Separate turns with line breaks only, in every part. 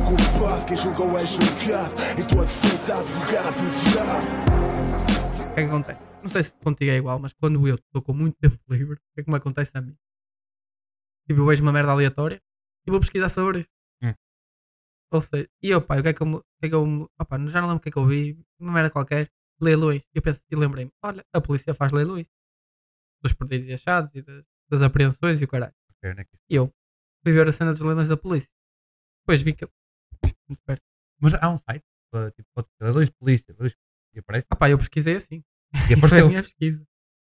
julgado, quem julgou é julgado. Em tua defesa, advogado, advogado.
O que é que acontece? Não sei se contigo é igual, mas quando eu estou com muito tempo livre, o que é que me acontece a mim? Tipo, eu vejo uma merda aleatória e vou pesquisar sobre isso.
Hum.
Ou seja, e eu, pá, o que é que eu, me- o que é que eu me- opá, já não lembro o que é que eu vi, uma merda qualquer, leilões. E eu penso, e lembrei-me, olha, a polícia faz leilões dos perdidos e achados e das, das apreensões e o caralho.
Ok, né?
E eu fui ver a cena dos leilões da polícia. Depois vi que. Isto é Muito perto.
Mas há um site, uh, tipo, pode ser leilões de polícia, leilões de polícia, e aparece,
Ah, pá, eu pesquisei assim.
e
Isso foi a
apareceu.
minha pesquisa.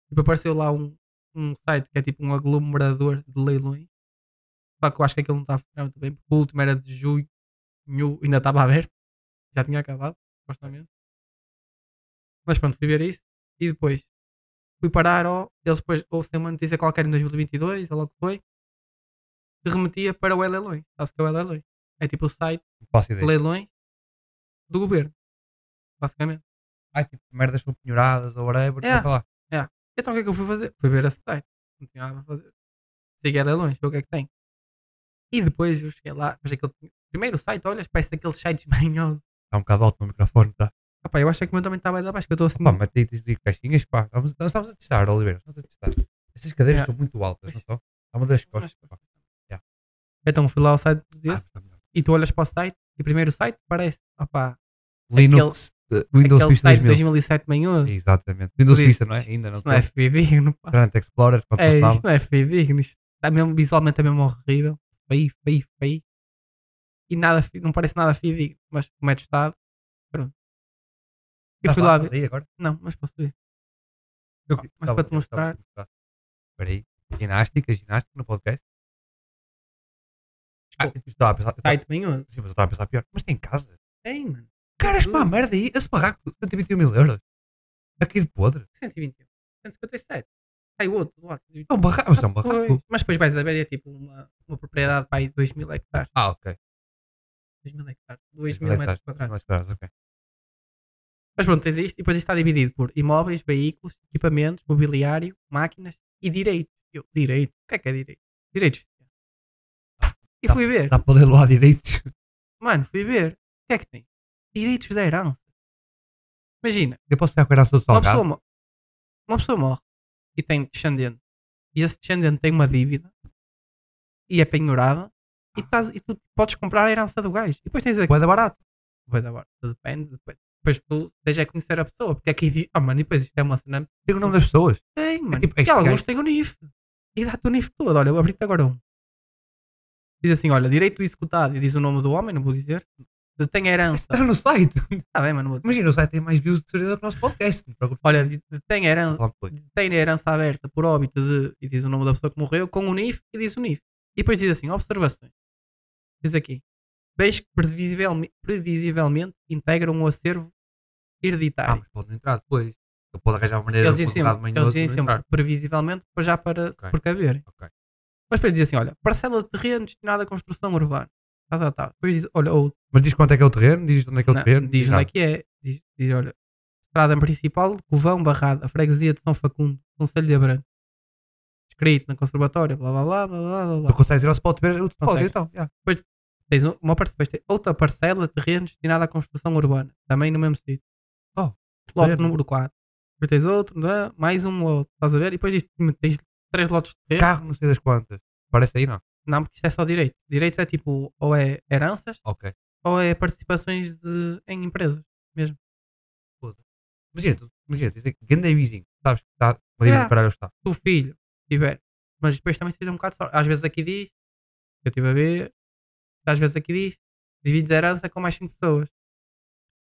Tipo, apareceu lá um, um site que é tipo um aglomerador de leilões. Só que eu acho que aquilo não está a funcionar muito bem, porque o último era de junho, ainda estava aberto, já tinha acabado, supostamente. Mas pronto, fui ver isso e depois fui parar, ó, eles depois, ou tem uma notícia qualquer em 2022, ou logo que foi, que remetia para o E-Leilões. Sabes o que é o E-Leilões? É tipo o site
Não faço
de
ideia.
leilões do governo, basicamente.
Ai, tipo, merdas são penhoradas ou whatever,
É.
sei lá.
Então o que é que eu fui fazer? Fui ver esse site. Não tinha nada a fazer. Segui a longe, ver o que é que tem. E depois eu cheguei lá, mas aquele primeiro site, olha, parece daqueles sites manhosos.
Está um bocado alto no microfone, tá?
Ah pá, eu acho que o meu também está mais abaixo, que eu estou assim.
Pá, mas tem tens de caixinhas, pá. Estamos, nós estamos a testar, Oliveira, estamos a testar. Estas cadeiras
É.
são muito altas, não são? Há uma das costas, pá.
Então fui lá ao site
Ah,
desse
está melhor.
e tu olhas para o site e primeiro o site parece, opá,
Linux, eh, Windows
aquele
Vista
site de
2000.
2007 manhoso.
Exatamente. Windows
Por isso,
Vista, não é? Ainda não
Isto não é
tem.
fidedigno, pá.
Internet Explorer, quando
É,
funcionava.
isto não é fidedigno. Isto está mesmo, visualmente é mesmo horrível. Feio, feio, feio. E nada, fi- não parece nada fidedigno, mas como é testado, pronto. Eu
Estás
fui lá ver.
estás aí tá, agora?
Não, mas posso ver.
Eu
Ah,
que-
mas
estava-
para te
eu estava a
mostrar.
mostrar. Espera aí. Ginástica, ginástica no podcast. Ah,
Desculpa.
eu estava a pensar. eu estava-
Site manhoso.
Sim, mas eu estava a pensar pior. Mas tem casa.
Tem, mano.
Caras, pá, merda aí. Esse barraco de 121 mil euros. Aqui de podre.
121. 157. Aí o outro, do lado.
É um barraco. Mas é um
Ah, pois.
barraco.
Mas depois vais a ver, é tipo uma, uma propriedade para aí 2 mil hectares.
Ah, ok.
2 mil hectares.
Dois
2 mil metros quadrados.
tá, Mais quadrados, ok.
Mas pronto, tens isto. E depois isto está dividido por imóveis, veículos, equipamentos, mobiliário, máquinas e direitos. Eu, direito? O que é que é direito? Direitos. E
Tá,
fui ver.
Dá para ler lá direito.
Mano, fui ver. O que é que tem? Direitos da herança. Imagina.
Eu posso ficar com a herança do
uma pessoa,
salgado.
mo- uma pessoa morre e tem descendente e esse descendente tem uma dívida e é penhorada e, estás- e tu podes comprar a herança do gajo e depois tens aqui
Boa da barata.
pois agora depende depois, depois tu tens é conhecer a pessoa porque aqui diz ah mano e depois isto é uma cena
Tem o nome das pessoas.
tem mano
tipo,
e
este
alguns
gajo-
têm o NIF e dá-te o NIF todo olha eu abri-te agora um diz assim olha direito executado e diz o nome do homem não vou dizer detém a herança
Está tá no site.
está bem mano não vou dizer.
Imagina, o site tem mais views de certeza que o nosso podcast. Não te preocupes.
olha detém a herança
Fala depois.
tem a herança aberta por óbito de, e diz o nome da pessoa que morreu, com o NIF e diz o NIF. E depois diz assim, observações. Diz aqui, bens que previsivelme- previsivelmente integram um acervo
Ah,
hereditário.
mas pode não entrar depois. Eu posso arranjar uma maneira
eles
de
dizem
colocar de
sempre,
manhoso
eles
e
dizem
não
sempre
entrar.
previsivelmente, para já para
Ok.
se precaver.
Ok.
Mas depois diz assim, olha, parcela de terreno destinada à construção urbana. Tá, tá, tá. Depois diz, olha, ou
Mas diz quanto é que é o terreno, diz onde é que é o
Não,
terreno.
diz onde
nada.
é que é. Diz, diz, olha, estrada principal, Covão, Barrada, freguesia de São Facundo, Conselho de Abrantes. Escrito na conservatória, blá blá blá blá blá blá.
Tu
blá.
consegues ir ao spot ver o spot,
Consegues.
então. yeah.
Tens um- uma parte, depois tem outra parcela de terreno destinada à construção urbana, também no mesmo sítio.
Oh,
Lote
terreno.
número 4. Depois tens outro, né? mais um lote, estás a ver? E depois isto, tens três lotes de terreno.
Carro, não sei das quantas. Parece aí, não?
Não, porque isto é só direito. Direitos é tipo, ou é heranças,
Ok.
ou é participações de, em empresas.
Imagina, tu- imagina, tens aqui, é grande vizinho. Sabes que está uma dívida
Yeah.
do caralho está.
se o filho tiver. Mas depois também tens um bocado de sorte. Às vezes aqui diz, eu estive a ver, às vezes aqui diz, divides a herança com mais 5 pessoas.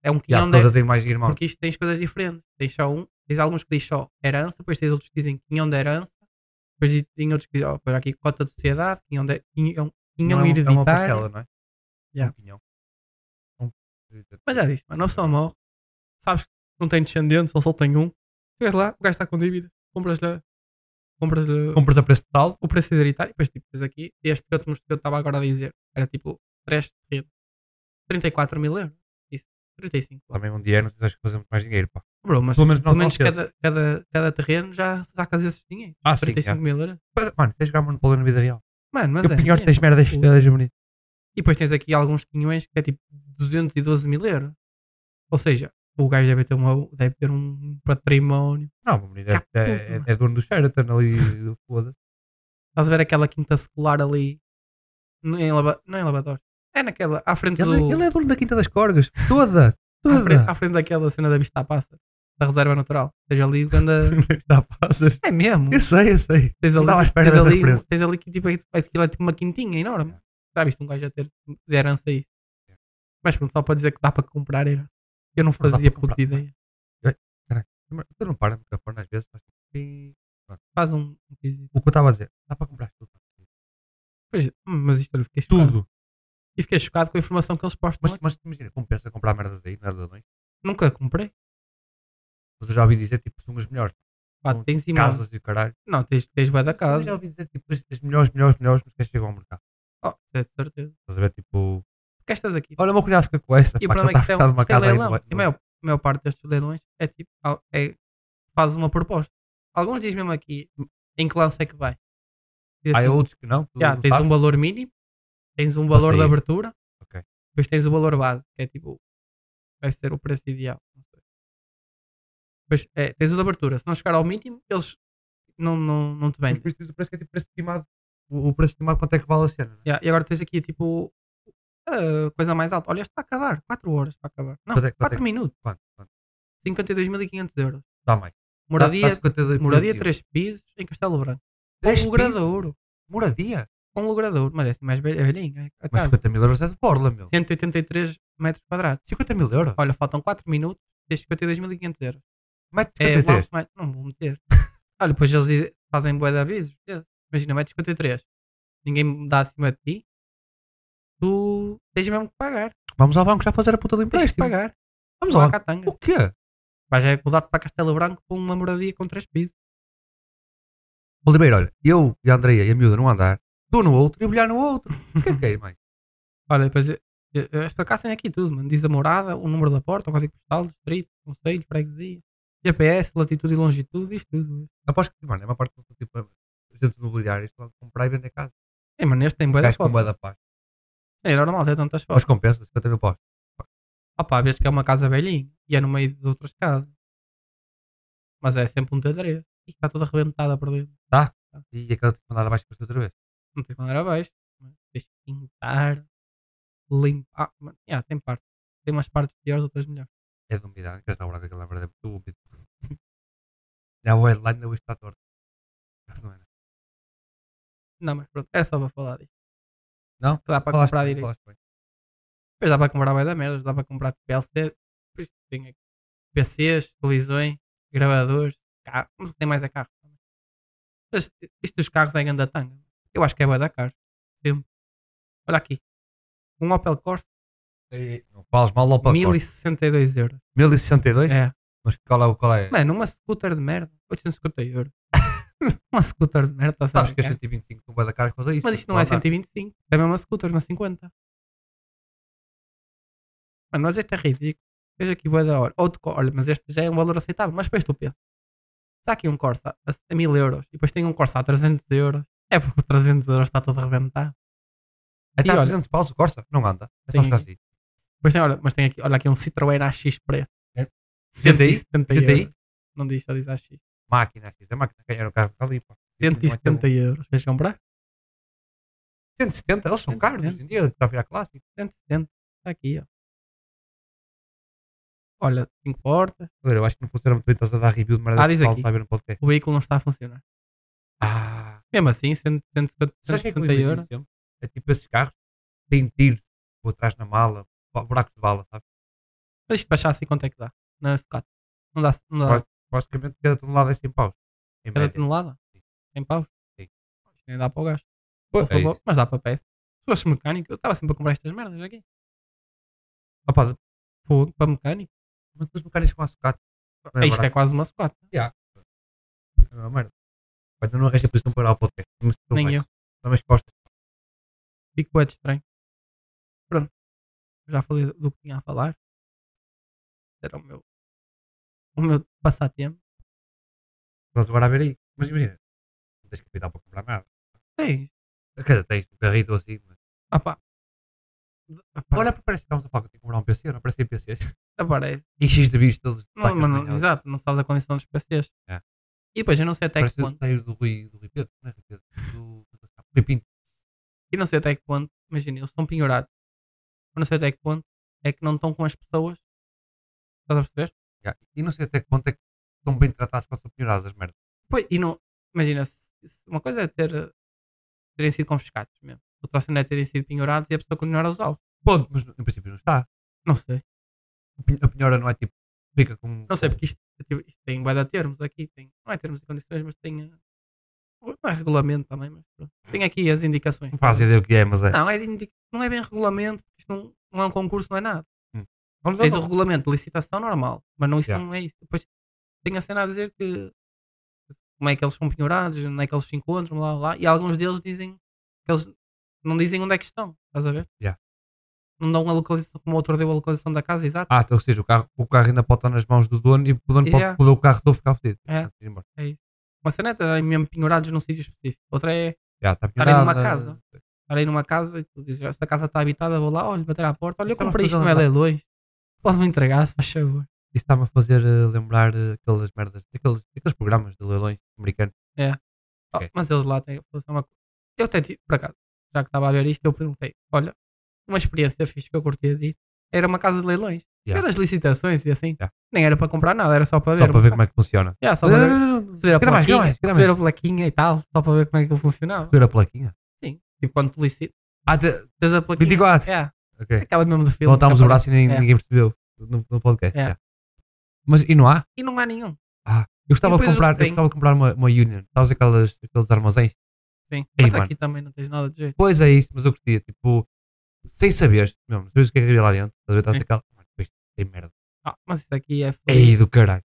É um
Yeah,
quinhão de
todas têm mais irmãos.
porque isto tens coisas diferentes. Tens só um, tens alguns que diz só herança, depois tens outros que dizem quinhão de herança, depois tem outros que dizem, ó, para aqui cota de sociedade, quinhão, de, quinhão, quinhão
Não é uma- É uma
hereditário.
parcela, não é?
Yeah.
Um pinhão. Um-
Mas é. já viste, mano, a pessoa morre, sabes que não tem descendentes, ou só tem um, chegas lá, o gajo está com dívida, compras-lhe compras-lhe
Compras a preço de tal.
o preço hereditário, depois tipo, tens aqui, este que eu te mostrei, que eu estava agora a dizer, era tipo 3 terrenos, 34 mil euros, isso, 35.
Também um dia, não sei se vais fazer muito mais dinheiro, pá.
Bro, mas
Pelo menos não
pelo menos
só cedo.
cada, cada, cada terreno já sacas esses dinheiro,
Ah, sim,
35
yeah.
mil euros.
Mas, Mano, tens de jogar Monopólio na vida real.
Mano, mas
Eu
é,
pinhor
é.
tens merdas
Pô.
estranhas, bonito.
E depois tens aqui alguns quinhões que é tipo 212 mil euros. Ou seja, o gajo deve ter, uma, deve ter um património.
Não, o menino é, é, é- é dono do Sheraton ali, foda-se.
Estás a ver aquela quinta secular ali? Não é em, Lava, não é em Lavador. É naquela, à frente do.
Ele, ele é dono da Quinta das Corgas,
à,
toda,
frente, à
toda.
frente daquela cena da Vista à Passa, da Reserva Natural. Tens ali o grande.
Está a passas.
É mesmo.
Eu sei, eu sei.
Tens
Não
ali, tipo,
estava à espera
tens
dessa
ali,
referência.
tens ali que tipo, é- aquilo é tipo uma quintinha enorme. Já viste um gajo a ter de herança isso. Mas pronto, só para dizer que dá para comprar era. Eu não
dá
fazia
para comprar. é?
puta ideia.
Mas Tu não paras de microfone às vezes, assim. mas sim.
Faz um. um quesito.
O que eu estava a dizer, dá para comprar tudo.
Pois, hum, mas isto eu fiquei chocado.
Tudo.
E fiquei chocado com a informação que eles postam.
Mas,
lá.
mas imagina, compensa comprar merdas aí, nada bem.
Nunca comprei.
Mas eu já ouvi dizer, tipo, são as melhores
Pá,
Não,
tens imagem.
casas e o caralho.
Não, tens, tens bué da
Eu já
casa.
ouvi dizer, tipo, as, as melhores, melhores, melhores, mas que chegam ao mercado.
Oh, é de certeza.
Estás a ver, tipo,
Porque estas aqui.
olha, o meu cunhado fica com essa.
E o
pá,
problema é que
está
tem,
de uma
tem
Tá casa aí
leilão.
no-
E a maior, a maior parte destes leilões é tipo, al- é, faz uma proposta. Alguns dizem mesmo aqui em que lance é que vai. Diz
Há
assim,
outros Ah, é que não. tu
já,
não
tens
sabes?
um valor mínimo, tens um valor de
sair.
abertura,
Ok.
depois tens o valor base, que é tipo, vai ser o preço ideal. não sei. Depois é, tens o de abertura, se não chegar ao mínimo, eles não, não, não te
Mas
vendem.
depois tens o preço que é tipo preço estimado. O, o preço estimado quanto é que vale a cena? Né?
Já, e agora tens aqui tipo a coisa mais alta. Olha, isto está a acabar, 4 horas para acabar. Não,
Quanto é- quanto
4
é que-
minutos,
Quanto? Quanto?
52.500 euros.
Dá mais.
Moradia,
Dá, dá 52
Moradia
positivo.
3 pisos em Castelo Branco. Com
Três
logradouro.
Moradia?
Com logradouro. Mas é assim, mais velho- é velhinho. A
Mas
casa.
50 mil euros é de borla, meu.
183 metros quadrados.
50 mil euros?
Olha, faltam 4 minutos. Tens 52.500 euros.
Mete
É,
53.
lance mais. Não vou meter. Olha, depois eles dizem- fazem boé de avisos. É, Imagina, metes 53. Ninguém me dá acima de ti. Tu tens mesmo que pagar.
Vamos ao banco já fazer a puta do
Tens que
empréstimo.
pagar.
Vamos
Não
lá.
há catanga.
O quê?
Vais é mudar-te para Castelo Branco com uma moradia com 3 pisos.
Oliveira, olha, eu e a Andreia e a miúda num andar, tu no outro e o bilhar no outro. O que é que é, mãe?
Olha, depois eu- eu- eu- eles por acaso têm aqui tudo, mano. Diz a morada, o número da porta, o código postal, distrito, conselho, freguesia, GPS, latitude e longitude, diz tudo.
Após que, mano, é uma parte do tipo, é gente do mobiliário, isto lá comprar e vender casa.
É, mano, este tem boa da
Gás com
foto.
moeda da paz.
É normal, tem tantas
Mas
fotos.
compensa, 50 mil paus.
Opa, vês que é uma casa velhinha e é no meio de outras casas. Mas é sempre um T3. E está toda arrebentada por dentro.
E aquela tipo mandar abaixo com outra vez.
Não tens maneira abaixo. mas Tens que pintar, limpar. Mano, yeah, tem parte. Tem umas partes piores, outras melhores.
É de umidade, que esta hora aquela merda é muito úmido. Já o headline hoje está torto. Mas Não, é, né?
Não, mas pronto, era só para falar disto.
não?
Dá para
Falaste
comprar
bem,
direito.
falaste bem.
Depois dá para comprar bué da merda, dá para comprar tipo, PLC, por isso tem aqui PCs, televisões, gravadores, carros, mas o que tem mais é carro. Mas isto dos carros é ganda tanga. Eu acho que é bué da caro. Sempre. Olha aqui. Um Opel Corsa,
Ei, Não falas mal ao
1062 euros.
1062?
É.
Mas qual é o qual é?
Mano, uma scooter de merda, 850 euros. uma scooter de merda, tá está a
Sabes que é
brincar?
125 não vai da cara com isso.
Mas isto não é
dá.
125, é mesmo uma scooter, não é 50. Mano, mas este é ridículo. Veja aqui, boa da hora. Outro, co- olha, mas este já é um valor aceitável. Mas depois tu pensas, se há aqui um Corsa a, a 1000 euros e depois tem um Corsa a 300 euros, é porque o 300 euros está todo arrebentado.
Até
E
há
olha-
300 tá paus o Corsa? Não anda. É
Tem
só chegar
aqui.
assim.
Depois tem, olha, mas tem aqui, olha aqui um Citroën AX preto.
É. GTI?
170
GTI?
euros. Não diz, só diz AX.
Máquina, aqui. É máquina. Ganhar o carro que está ali. pá.
170 euros. um. Queres comprar?
170? Eles são caros hoje em dia. Está a virar clássico.
170. Está Tá aqui, ó. Olha, 5 portas.
Olha, Eu acho que não funciona muito bem. Estás a dar review de merda.
Ah, diz
que o pessoal
aqui.
Está a ver no podcast.
O veículo não está a funcionar.
Ah.
Mesmo assim, 100, 150,
Sabes o que é que eu
170 euros.
imagino sempre? É tipo esses carros. Têm tiros. Por atrás na mala. bu- Buracos de bala, sabes?
Mas isto baixar assim quanto é que dá? Na Ducati. Não dá, não dá
Quase. Basicamente, cada tonelada é 100 paus. Em
cada
média.
tonelada?
Sim.
100 paus?
Sim.
Isto nem dá para o gajo.
Pois,
Ou
é
só-
isso.
mas dá para peça. Se fosse mecânico, eu estava sempre a comprar estas merdas aqui.
Opa,
Fogo para mecânico.
mas os mecânicos com açucate. Não é
isto é
barato.
quase uma Ducati.
É uma merda. Pá, Ainda não arranja posição para ir ao podcast. Mas tudo
Nem
bem.
eu.
Também as costas.
Fico bué de estranho. Pronto. Já falei do que tinha a falar. Era o meu, o meu passatempo.
Estás agora a ver aí. Mas imagina. Não tens
É
capital para comprar nada.
Sim.
Quer dizer, tens um carrito ou assim. Mas...
Ah pá. Epá,
Olha, parece que estamos a falar que eu tenho que comprar um PC, não aparecem PCs.
aparece.
E X de bichos todos. de é?
Não,
placas
mas não-
manhosos.
exato, não sabes a condição dos PCs.
É.
E depois eu não sei até que
Parece o
ponto.
roteiro do Rui, do Rui Pedro, não é Rui Pedro? Do Rui Pinto.
E não sei até que ponto, imagina, eles estão penhorados. Eu não sei até que ponto é que não estão com as pessoas. Estás a perceber?
Já. E não sei até que ponto é que estão bem tratados para ser penhorados as merdas.
Pois, e não, imagina, se- se uma coisa é ter, eh, terem sido confiscados mesmo. Outra cena é terem sido penhorados e a pessoa continuar a usá-los.
Pode, mas em princípio não está.
Não sei.
A pen- A penhora não é tipo. Fica com.
Não sei, porque isto, tipo, isto tem bué de termos aqui. Tem, não é termos e condições, mas tem. eh, Não é regulamento também, mas pronto. Tem aqui as indicações.
Não faço ideia o que é, mas é.
Não, é, de indi- não é bem regulamento, porque isto não, não é um concurso, não é nada.
Vamos lá,
Tens o
não.
regulamento de licitação normal, mas não, isso
Yeah.
não é isso. Depois tem a cena a dizer que como é que eles são penhorados, onde é que eles se encontram, lá, lá. E alguns deles dizem que eles não dizem onde é que estão, estás a ver?
Yeah.
Não dão a localização, como o autor deu a localização da casa, exato.
Ah, então, ou seja, o carro, o carro ainda pode estar nas mãos do dono e o dono
Yeah.
pode foder o carro todo e ficar fodido.
É.
Ir embora.
Uma cena é estarem mesmo penhorados num sítio específico. Outra é
Já, está
Estarem numa
penhorado,
casa.
eh,
estar aí numa casa e tu dizes, esta casa está habitada, vou lá, olho, bater à porta, olha, eu
Isso é uma
comprei isto,
coisa
não é
andar.
leilões. Pode-me entregar, se faz favor.
Isso está-me a fazer eh, lembrar eh, aquelas merdas, aqueles, aqueles programas de leilões americanos.
Oh,
Ok.
Mas eles lá têm a posição. a- Eu até tive, por acaso, já que estava a ver isto, eu perguntei: olha, uma experiência fixe que eu curtia de ir era uma casa de leilões.
Yeah.
Pelas licitações e assim.
Yeah.
Nem era para comprar nada, era só para ver.
Só para ver como é que funciona. Ah,
Yeah, um só para ver.
Receber
Receber a
mais, quer
plaquinha,
mais, quer
receber a plaquinha e tal, só para ver como é que ele funcionava.
a plaquinha.
Sim. Tipo, quando tu licitas,
Ah, te-
tens a plaquinha.
24.
É,
Ok.
aquela mesmo do filme.
Levantámos
que
o braço e nem,
É.
ninguém percebeu no, no podcast.
É.
já. Mas e não há?
aparece. E não há nenhum.
Ah, eu
E
gostava de
depois o que
comprar, eu
tem?
gostava de comprar uma, uma Union. Sabes aquelas, aqueles armazéns?
Sim. Mas
mano.
aqui também não tens nada de jeito.
Pois é isso, mas eu gostia, tipo, sem saber, mesmo, sabes o que é que havia lá dentro? Estás a ver? Estás
Sim.
aquela. Mano, isto tem merda.
Ah, mas isso aqui é fodido.
Ei do caralho.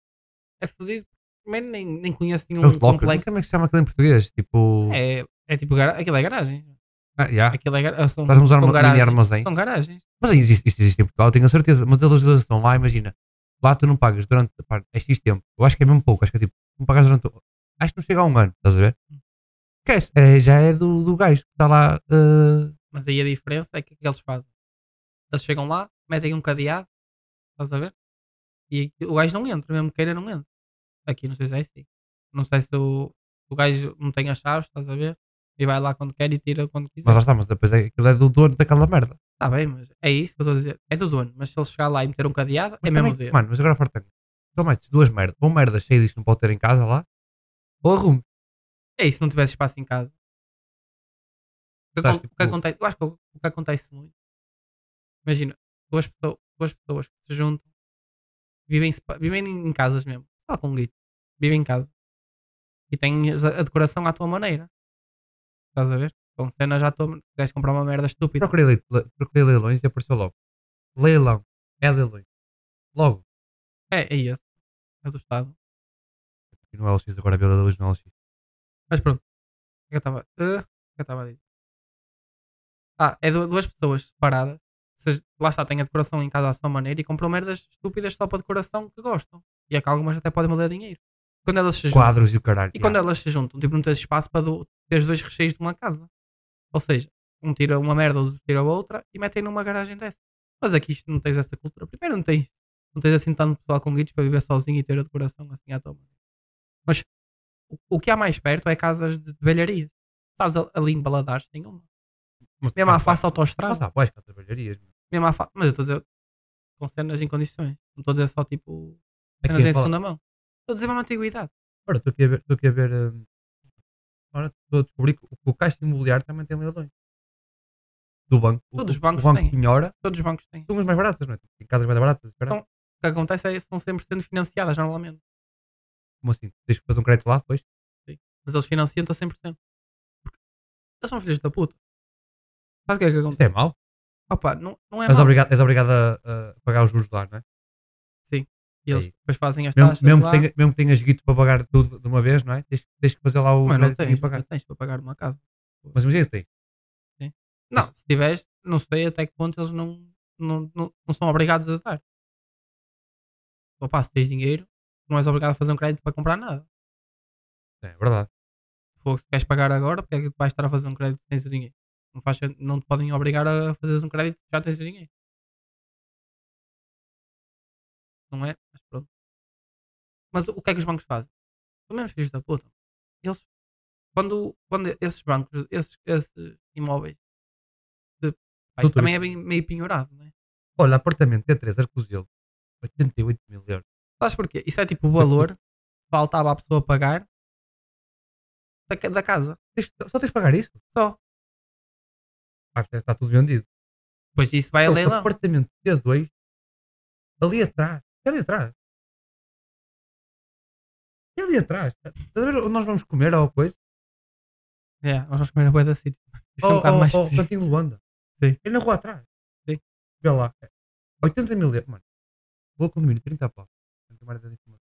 É fodido. Primeiro nem, nem conheço
É os
nenhum
lockers. Não sei
complexo.
como é que se chama aquilo em português. Tipo.
É, é tipo, gara- aquilo é garagem.
Ah, já.
Aquilo é gar... são,
Estás a usar
são
uma mini
garagens.
armazém.
São garagens.
Mas aí existe, isto existe em Portugal, tenho a certeza. Mas eles estão lá, imagina. Lá tu não pagas durante pá, é X tempo. Eu acho que é mesmo pouco. Acho que é tipo, não pagas durante. Acho que não chega a um ano, estás a ver? Esquece. É, já é do, do gajo que está lá. eh,
Mas aí a diferença é que o que eles fazem? Eles chegam lá, metem um cadeado, estás a ver? E aqui- o gajo não entra, mesmo queira não entra. Aqui não sei se é assim. Não sei se o, o gajo não tem as chaves, estás a ver? E vai lá quando quer e tira quando quiser.
mas lá está, mas depois é, aquilo é do dono daquela merda.
Está bem, mas é isso que eu estou a dizer. É do dono, mas se ele chegar lá e meter um cadeado, é
Mas
mesmo
também-
dele.
Mano, mas agora fartando. Então metes duas merdas. Ou merda cheia disto que não pode ter em casa lá. Ou arrume.
É isso, se não tivesse espaço em casa. O que,
Estás,
acon-
tipo,
o que acontece, eu acho que o, o que acontece muito. Imagina, duas, pesso- duas pessoas que se juntam, vivem, sepa- vivem em casas mesmo, só com guito, vivem em casa. E tens a, a decoração à tua maneira. Estás a ver? Com cenas já tua maneira. Queres comprar uma merda estúpida.
Procurei, le- le- procurei leilões e apareceu logo. Leilão. É leilões. Logo.
É, é isso. É do Estado.
E no LX, agora havia leilões no LX.
Mas pronto. O que eu estava ah, o que eu estava a dizer? Ah, é du- duas pessoas separadas. Se- lá está, têm a decoração em casa à sua maneira e compram merdas estúpidas só para decoração que gostam. E é que algumas até podem valer dinheiro. Quando elas se juntam,
Quadros e o caralho.
e
já.
quando elas se juntam, tipo, não tens espaço para do, teres dois recheios de uma casa. Ou seja, um tira uma merda, outro tira a outra e metem numa garagem dessa. Mas aqui isto não tens essa cultura. Primeiro não tens, não tens assim tanto pessoal com guides para viver sozinho e ter a decoração assim à toma. Mas o, o que há mais perto é casas de, de velharia. Sabes, a- ali em Baladares tem uma.
Mas-
é Mesmo
ah,
à face da
Mas
autostrada.
há boas cabeleireiras.
Mesmo à face. Mas eu estou a dizer com cenas em condições. Não estou a dizer só tipo
Aqui é
cenas
em
em
Bala-
segunda mão. Estou a dizer uma antiguidade.
Ora, estou aqui a ver. Estou aqui a ver. hum, Ora, estou a descobrir que o- que o caixa imobiliário também tem leilões. Do banco. O-
Todos os
o-
bancos
O banco
têm.
penhora.
Todos os bancos têm.
São umas mais baratas, não é? Tem casas mais baratas. caralho.
São. O que acontece é que são sempre sendo financiadas normalmente.
Como assim? Tens que fazer um crédito lá depois?
Mas eles financiam-te a 100%. Porque eles são filhos da puta. Sabe o que é que acontece?
Isso é mau.
Opa, não, não é
És
mau.
obrigado, és obrigado a, a pagar os juros lá, não é?
E eles
É isso.
depois fazem as taxas
Mesmo, mesmo,
lá.
que tenha, mesmo que tenhas guito para pagar tudo de uma vez, não é? Tens, tens que fazer lá o
Mas não
crédito e
tens,
pagar.
não tens para pagar uma casa.
Mas imagina que tem.
Não, se tiveres, não sei até que ponto eles não, não, não, não são obrigados a dar. Opa, se tens dinheiro, não és obrigado a fazer um crédito para comprar nada.
É verdade.
Fogo, se queres pagar agora, porque é que vais estar a fazer um crédito se tens o dinheiro? Não, faz, sen- não te podem obrigar a fazeres um crédito que já tens o dinheiro. Não é? Mas pronto. Mas o que é que os bancos fazem? Pelo menos filhos da puta. Eles, quando, quando esses bancos, esses, esses imóveis, se- pá, isso
Doutor,
também é bem- meio penhorado, não é?
Olha, apartamento é T3, Arcozelo, 88 mil euros.
Sabes porquê? Isso é tipo o valor que faltava à pessoa pagar da, ca- da casa.
Tens- Só tens de pagar isso?
Só.
Pá, já está tudo vendido.
Depois isso vai a
Pô,
É leilão.
Apartamento T2, ali atrás. É ali atrás. É ali atrás. Estás a ver onde nós vamos comer ou coisa?
É, nós vamos comer a boia da City. Isto é um
Ou
bocado
ou-
mais
ou
específico.
Cantinho oh, Luanda.
Sim.
É na rua atrás.
Sim.
Vê lá. 80 mil euros. Mano, vou ao condomínio, 30 pau. Tanta merda de informação.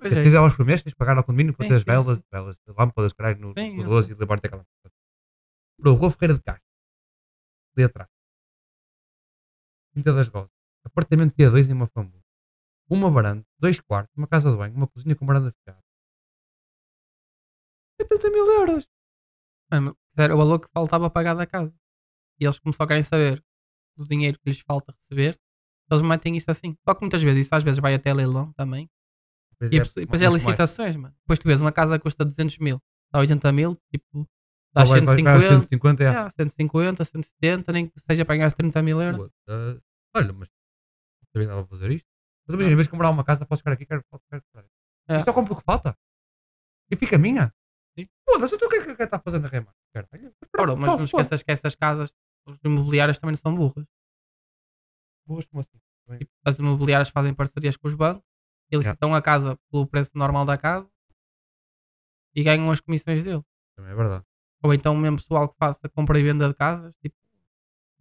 Pois é.
Tens aulas por mês, tens de pagar ao condomínio com
Sim,
as
sim,
velas, velas, lâmpadas, caralho, no
Sim, eu
corredor e levar-te aquela coisa. Bro, vou a Ferreira de Castro. Ali atrás. Quinta das Gotas. Apartamento T2 em uma famosa. Uma varanda, dois quartos, uma casa de banho, uma cozinha com varanda fechada. 70 mil euros!
Mano, era o valor que faltava pagar da casa. E eles, como só querem saber do dinheiro que lhes falta receber, eles metem isso assim. Só que muitas vezes, isso às vezes vai até leilão também. E a pessoa- e depois é,
muito mais.
licitações, mano. Depois tu vês uma casa custa 200 mil, dá 80 mil, tipo, dá
Ou vai- vai- vai aos
150,
150 é.
é, 150, 170, nem que seja para ganhar 30 mil euros.
Pô, tá- Olha, mas também estava a fazer isto. Mas imagina, em vez de comprar uma casa, posso ficar aqui, quero, posso ficar aqui.
É.
Só compro o que falta. E fica minha.
Sim.
Foda-se, então o que é que- o que é que está fazendo a Remar?
Ora, mas não esqueças que essas casas, os imobiliárias também não são burras.
assim.
Tipo, as imobiliárias fazem parcerias com os bancos, eles
Yeah.
citam a casa pelo preço normal da casa e ganham as comissões dele.
Também é verdade.
Ou então mesmo pessoal que faça compra e venda de casas tipo,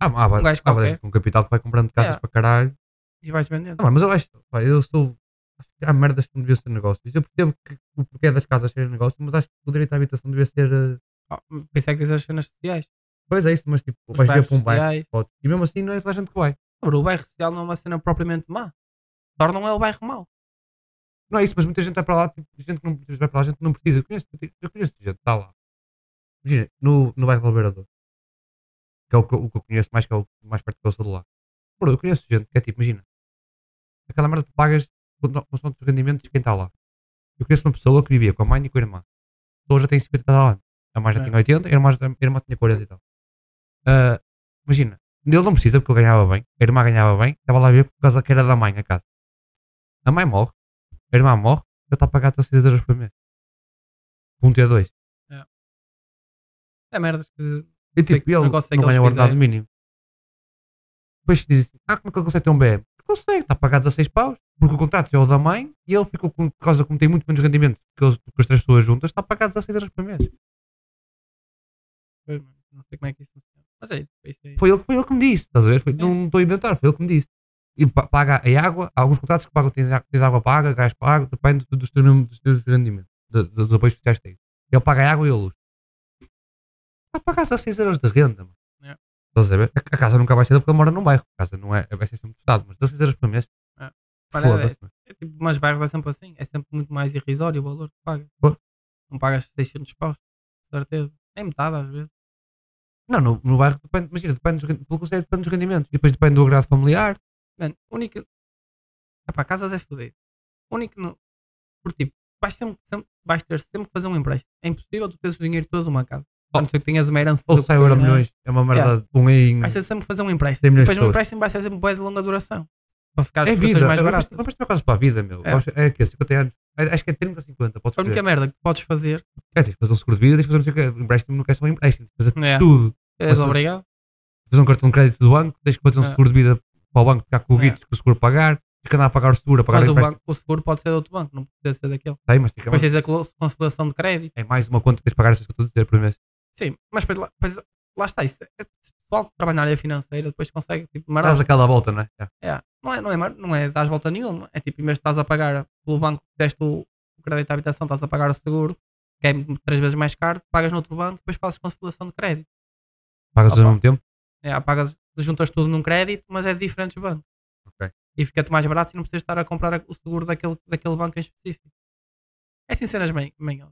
Ah, há, há,
Um gajo
há,
qualquer.
com um capital que vai comprando casas
É.
para caralho.
e vais vendendo.
Ah, mano, mas eu acho, pá, eu sou. Acho que há merdas que não deviam ser negócios. Eu percebo que o porquê das casas serem negócio, mas acho que o direito à habitação devia ser. eh,
Ah, Pensei que tens as cenas sociais.
Pois é isso, mas tipo,
os
vais ver
bairros
para um bairro.
sociais.
podes. E mesmo assim não é toda a gente que vai.
Ora, O bairro social não é uma cena propriamente má. Torna não é o bairro mau.
Não é isso, mas muita gente vai para lá, tipo, gente que não precisa, vai para lá, gente que não precisa. Eu conheço, eu conheço gente, está lá. Imagina, no, no bairro do Alveirador, que é o que, eu- o que eu conheço mais, que é o mais perto que eu sou de lá. Bro, eu conheço gente que é tipo, imagina, aquela merda que tu pagas com os rendimentos de quem está lá. Eu conheço uma pessoa que vivia com a mãe e com a irmã. A pessoa já tem 50 anos, a mãe já
É.
tinha 80, a irmã, já- a irmã tinha 40 e tal. Ah, imagina, ele não precisa porque ele ganhava bem, a irmã ganhava bem, estava lá a ver por causa que era da mãe a casa. A mãe é morre, a irmã morre, ele está a pagar até 6 euros por mês. Um T2.
É merdas que. Sei
E tipo,
que-
ele
eu gosto de que
não ganha
eles
o ordenado
fizeram.
mínimo. Depois diz assim, ah, como é que ele consegue ter um BM? Consegue, está a pagar 16 paus, porque o contrato já é o da mãe e ele ficou com, por causa como tem muito menos rendimento que, eles, que as três pessoas juntas, está a pagar 16 euros por mês.
Pois, mano, Não sei como é que isso funciona. Mas é, isso aí.
Foi ele, foi ele que me disse, estás a ver?
É.
Foi- não não estou a inventar, foi ele que me disse. E pa- paga a água, há alguns contratos que pagam, tens, a- tens água paga, gás pago, depende do- dos teus, dos teus rendimentos, do- do- dos apoios sociais que tens. Ele paga a água e a luz. Está a pagar só 6 euros de renda, mano.
É.
Estás a ver? A, a casa nunca vai ser dele porque ele mora num bairro. A casa não é, vai ser sempre do Estado, mas 16 euros por mês.
É.
Foda-se, mano.
É tipo, mas bairros é sempre assim. É sempre muito mais irrisório o valor que paga.
Pô.
Não pagas 600 paus, de certeza. Nem metade às vezes.
Não, no, no bairro depende, imagina, depende dos, ren- pelo conselho depende dos rendimentos. E depois depende do agrado familiar.
Mano, única. Epá, casas é fodido. Único. No... Por tipo, vais, sempre, sempre- vais ter sempre que fazer um empréstimo. É impossível tu teres o dinheiro todo numa casa. A não ser que tenhas uma herança.
Ou
do
sai euro
governo, não é?
milhões, é uma merda, um em...
Vais ter sempre que fazer um
Tem
empréstimo.
milhões de
Depois um
pessoas.
empréstimo vai ser sempre bué de longa duração. Para ficar as
É
coisas
vida,
mais
eu
baratas.
Vamos ter uma casa para a vida, meu.
É.
Eu acho- É, que é 50 anos. É, Acho que é 30, 50. Podes
A única
fazer.
merda que podes fazer
É, tens que fazer um seguro de vida, tens que fazer não sei o quê. Empréstimo não quer só um empréstimo. Tens que fazer
é,
tudo.
és
mas-
obrigado.
Tens que fazer um cartão de crédito do banco, tens que fazer um
É.
seguro de vida para o banco ficar com o
É.
guito que o seguro pagar. Tens que andar a pagar o seguro, a pagar
Mas
o
o,
empréstimo.
banco, o seguro pode ser de outro banco, não precisa ser daquele.
Tem, mas fica
Depois tens a clo- conciliação de crédito.
É mais uma conta que tens de pagar essas que eu estou a dizer por mês.
Sim, mas depois lá, depois lá está isso. É, se o pessoal que trabalha na área financeira depois consegue, tipo, marcar
Dás aquela volta, não é? É.
É, não é, não é, mar- não é dás volta nenhuma. É tipo, em vez de estás a pagar pelo banco que deste o, o crédito à habitação, estás a pagar o seguro, que é três vezes mais caro, pagas noutro banco, depois fazes conciliação de crédito.
Pagas tudo ao
Opa.
mesmo tempo.
É, pagas, juntas tudo num crédito, mas é de diferentes bancos.
Ok.
E fica-te mais barato e não precisas estar a comprar a- o seguro daquele, daquele banco em específico. É assim cenas manhã.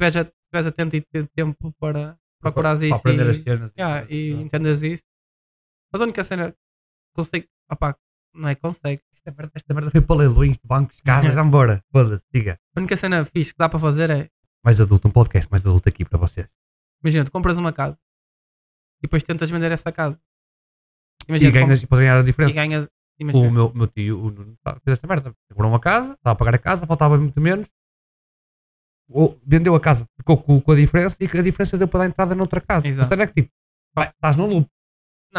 Se estiveres atento e ter tempo para procuras
para
isso
aprender
e-
as cenas.
Yeah, e
Não.
entendas isso. Mas a única cena consegue. Opá, não é que consegue.
Esta merda, esta merda foi para leilões de bancos, casas, vamos embora. Foda-se, diga.
A única cena fixe que dá para fazer é.
Mais adulto, um podcast mais adulto aqui para vocês.
Imagina, tu compras uma casa e depois tentas vender essa casa.
E
Imagina, tu
ganhas, e para ganhar a
compras- e
diferença.
ganhas.
O
Imagina,
meu, meu tio o Nuno, pá, fez esta merda. Comprou uma casa, estava a pagar a casa, faltava muito menos. Ou vendeu a casa, ficou com, com a diferença e que a diferença deu para dar entrada noutra casa.
Exato.
A cena é que tipo, pá, estás num loop.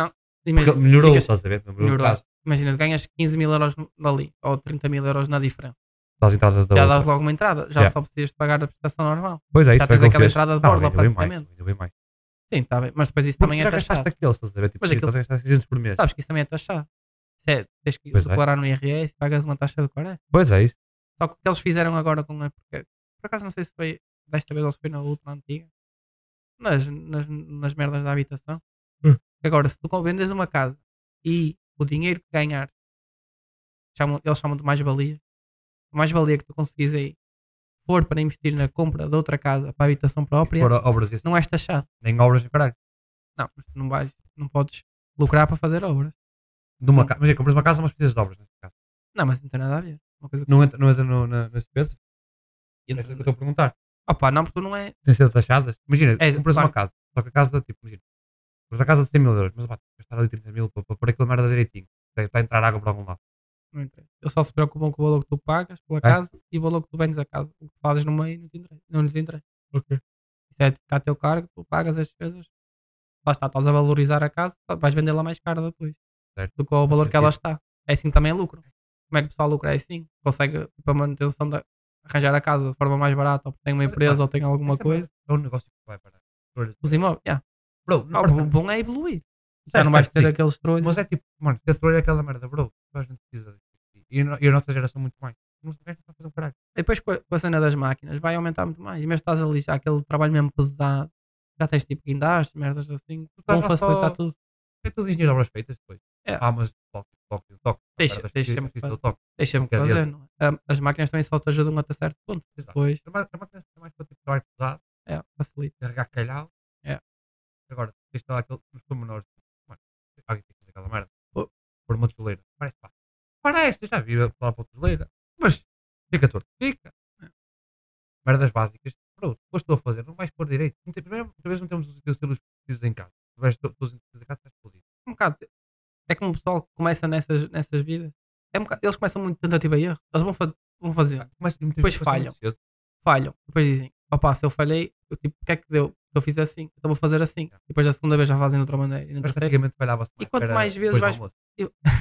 Porque
imagina,
ele melhorou,
ficas-
estás a ver? Melhorou.
melhorou.
Estás
Imagina, tu ganhas 15 mil euros dali ou 30 mil euros na diferença.
a entrada da
já
outra.
dás logo uma entrada, já
Tá Yeah.
só precisas de pagar a prestação normal.
Pois é, isso
já tens
foi o que
aquela
ele fez.
entrada de
Não,
borla
ainda bem mais,
praticamente.
ainda bem mais.
Sim, está bem. Mas depois isso
Porque
também é
já
taxado.
gastaste aquele, estás a ver? Tipo,
Mas
já
aquilo-
gastaste 600 por mês.
Sabes que isso também é taxado. Isso é, tens que
Pois é.
declarar no IRS e pagas uma taxa de 40.
Pois é, isso.
Só que o que eles fizeram agora com a. Porque, por acaso não sei se foi desta vez ou se foi na última antiga. Nas, nas, nas merdas da habitação.
Hum.
Que Agora, se tu vendes uma casa e o dinheiro que ganhar, chamam, eles chamam de mais-valia. A mais-valia que tu conseguis aí for para investir na compra de outra casa para a habitação própria,
Fora obras, isso.
não és taxado.
nem obras e caralho.
Não, mas tu não vais, não podes lucrar para fazer obras.
De uma
Não.
ca- Imagina, compras uma casa, mas precisas de obras. nesse caso.
Não, mas não tem nada a ver. Uma coisa que
Não entra, não entra no, na, nas despesas? É isso que eu
entra...
estou a perguntar.
Opa, não, porque tu não é.
sem ser taxadas. Imagina,
É,
compras
claro.
uma casa, só que a casa, tipo, imagina, compras a casa de 100 mil euros, mas pá, gastar ali 30 mil para, para pôr aquela merda direitinho, está a entrar água para algum lado.
Não interessa. Eles só se preocupam com o valor que tu pagas
É.
pela casa e o valor que tu vendes a casa. O que fazes no meio não, te interessa, não lhes interessa.
Ok.
Isso é ficar a teu cargo, tu pagas as despesas. Lá está, estás a valorizar a casa, tá- vais vendê-la mais cara depois.
Certo.
Do que o valor
Faz
que ela está. É assim que também é lucro. Como é que o pessoal lucra? É assim. Consegue, tipo, a manutenção de arranjar a casa de forma mais barata, ou porque tem uma
Mas,
empresa,
pá,
ou tem alguma
Essa
coisa.
É um negócio que vai parar. Olha,
Os imóveis, yeah.
Bro, não
Ah,
para-
o bom é evoluir. Já
Certo,
não vais
certo,
ter
sim.
aqueles trolhos.
Mas é tipo, mano, se a tua é aquela merda, bro, toda a gente precisa disso. E, no- e a nossa geração muito mais. Não se gasta para fazer um caralho.
E depois com a, com a cena das máquinas vai aumentar muito mais. E mesmo estás ali já aquele trabalho mesmo pesado, já tens tipo guindastes, merdas assim,
estás
vão
lá
facilitar
só-
tudo.
É tudo engenheiro de obras feitas depois.
É.
Ah, mas toque, toque, toque.
Deixa-
merdas
deixa
que-
sempre
que
para-
eu toque.
Deixa-me
Quer dizer-
fazer, não é? Ah, As máquinas também só te ajudam até certo ponto.
Exato.
Depois,
É mais- é mais- é mais para tipo trabalho pesado,
é, facilita.
carregar calhau.
É.
Agora, tens lá aquele, os pormenores. Mano, alguém tem que fazer aquela merda.
Pô,
por uma toleira. Parece fácil. Parece, eu já vi a falar para a toleira. Mas fica torto, fica.
É.
Merdas básicas. Pronto, depois estou a fazer, não vais pôr direito. Não tem- Primeiro, muitas vezes não temos os utensílios precisos em casa. Se tiveres to- todos os utensílios em casa, estás fodido.
Um bocado. É como o pessoal que começa nessas, nessas vidas. É um bocado- eles começam muito tentativa e erro. Eles vão, fa vão fazer,
Começa- muitas
Depois
vezes começa
É. falham.
muito cedo.
falham. Depois dizem, opá, se eu falhei, eu, tipo, o que é que deu? Eu fiz assim, então vou fazer assim. Depois da segunda vez já fazem de outra maneira. E na
Mas
terceira
antigamente falhava-se
E quanto
era
mais vezes
depois do
vais-
almoço.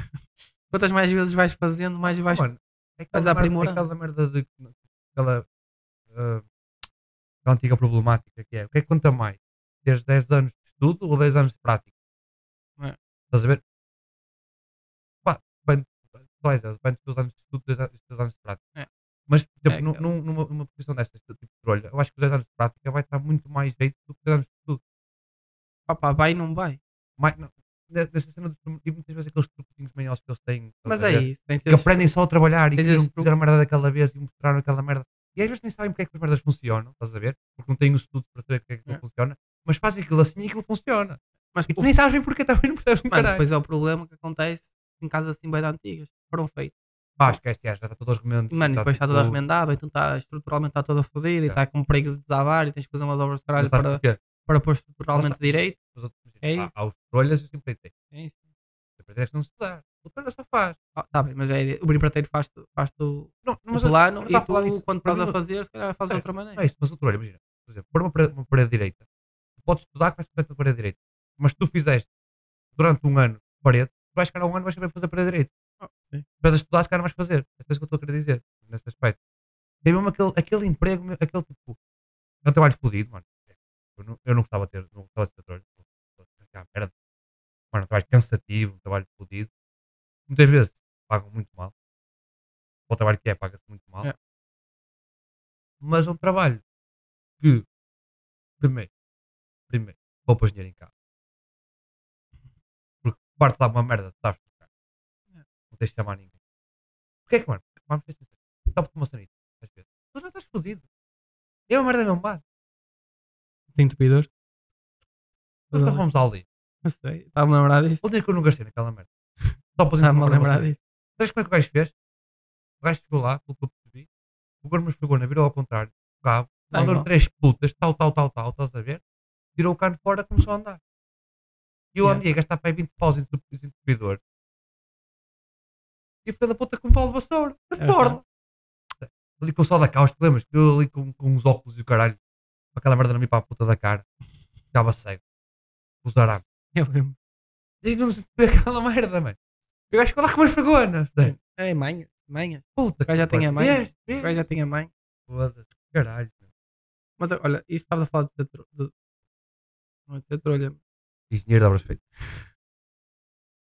Quantas mais vezes vais fazendo, mais vais.
Mano, é aquela
vais
merda, é
aprimorando.
aquela merda de. Aquela. ah, aquela antiga problemática que é. O que é que conta mais? Teres 10 anos de estudo ou 10 anos de prática?
É.
Estás a ver? Pá, depende. Pois é, depende dos teus anos de estudo e dos teus anos de prática.
É.
Mas, por exemplo,
É
num-
aquela.
num- numa, numa profissão destas, tipo de trolha, eu acho que os 10 anos de prática vai estar muito mais jeito do que os 10 anos de estudo.
Opá, vai e não vai.
Mais, não, ne- nessa cena dos e muitas vezes aqueles truquinhos manhosos que eles têm. estás
Mas
a
é
ver?
isso. Tem
que aprendem só a trabalhar e
Tens
que não
esse truque.
fizeram merda daquela vez e mostraram aquela merda. E às vezes nem sabem porque é que as merdas funcionam, estás a ver? Porque não têm o estudo para saber porque é que aquilo
É.
funciona, mas fazem aquilo assim e aquilo funciona.
Mas
E tu
o-
nem sabes bem porque também não percebes um
mano,
caralho.
depois é o problema que acontece em casas assim bem antigas. Foram feitas.
Pá, esquece, já tipo está todo argumento.
E, mano, depois está toda remendada, então está estruturalmente está toda fodida e
É.
está com prego de desabar e tens que fazer umas obras de caralho
tipo
para, para pôr estruturalmente
tá
direito. É isso.
Há os trolhas e os empreiteiros.
É isso.
Os empreiteiros não se dá. O trolha só faz.
Ah, tá bem, mas é, o brincadeiro faz, faz o
Não, não, mas eu-
plano
eu
e
estava a falar
tu,
disso.
quando
Para
estás
mim,
a fazer, se calhar fazes de
É,
outra
Não
maneira.
é isso, mas o trolha, imagina. Por exemplo, pôr uma parede, uma parede direita. Tu podes estudar que vais fazer a parede direita. Mas se tu fizeste durante um ano parede, tu vais ficar há um ano vais saber fazer a parede direita.
Ah, sim.
Depois a estudar, se calhar não vais fazer. É isso que eu estou a querer dizer, nesse aspecto. Tem mesmo aquele, aquele emprego, meu, aquele tipo. É um trabalho fodido, mano. Eu não, eu não gostava de ter, não gostava de ter trolha. É uma merda. Mano, um trabalho cansativo, um trabalho fodido. Muitas vezes pagam muito mal. Para o trabalho que é, paga-se muito mal.
É.
Mas é um trabalho que, primeiro, primeiro, poupas dinheiro em casa. Porque parte lá uma merda, tu sabes tocar. Não tens de chamar ninguém. Porquê é que, mano? Vamos ser sinceros. Topa-te uma sanita, às vezes. Tu já estás fodido. É uma merda mesmo base.
Tem entupidor? Tudo
Nós já
bem.
fomos ao Aldi.
Não sei, estava a lembrar disso.
O dia que eu não gastei naquela merda. Só para
Estava-me a lembrar disso.
Sabes como é que o gajo fez? O gajo chegou lá, pelo que eu percebi. O gordo pegou na virou ao contrário, o cabo,
Tá
mandou
igual.
três putas, tal, tal, tal, tal, estás a ver? Tirou o cano fora e começou a andar. E eu
Yeah.
andei a gastar para aí 20 paus em entup- entupidor. E o filho da puta com um pau de vassoura.
É
Na borda. Ali com o sol da causa, te lembras? Eu ali com, com os óculos e o caralho. com Aquela merda na minha para a puta da cara. Ficava cego. Com Os arames.
Eu lembro.
E não se vê é aquela merda, mano. Eu acho que lá com umas vergonhas. né?
Ei, É, manha, manha.
Puta
O gajo já
que
tem a
pariu.
mãe.
Vês? Vês?
O gajo já tem a mãe.
é Foda-se. Caralho.
Mas olha, isso estava a falar de ser tro- de- Não é de ser trolha.
Engenheiro de obras feitas.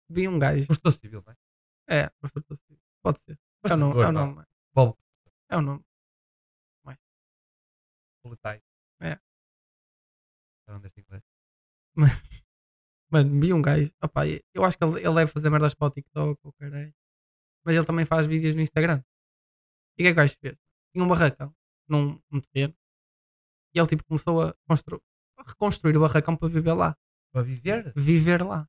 Vi um gajo.
Construtor civil, não é?
É, professor Passo Civil. Pode ser. É o
Construtor,
nome. É o
vá.
nome. mano.
Bob.
É o nome.
Politai.
É.
Já não deste inglês.
Mano, vi um gajo. Opa, eu acho que ele, ele deve fazer merdas para o TikTok ou caralho. Mas ele também faz vídeos no Instagram. E o que é que o gajo fez? Tinha um barracão num, num terreno. E ele tipo começou a, constru- a reconstruir o barracão para viver lá.
Para viver?
viver lá.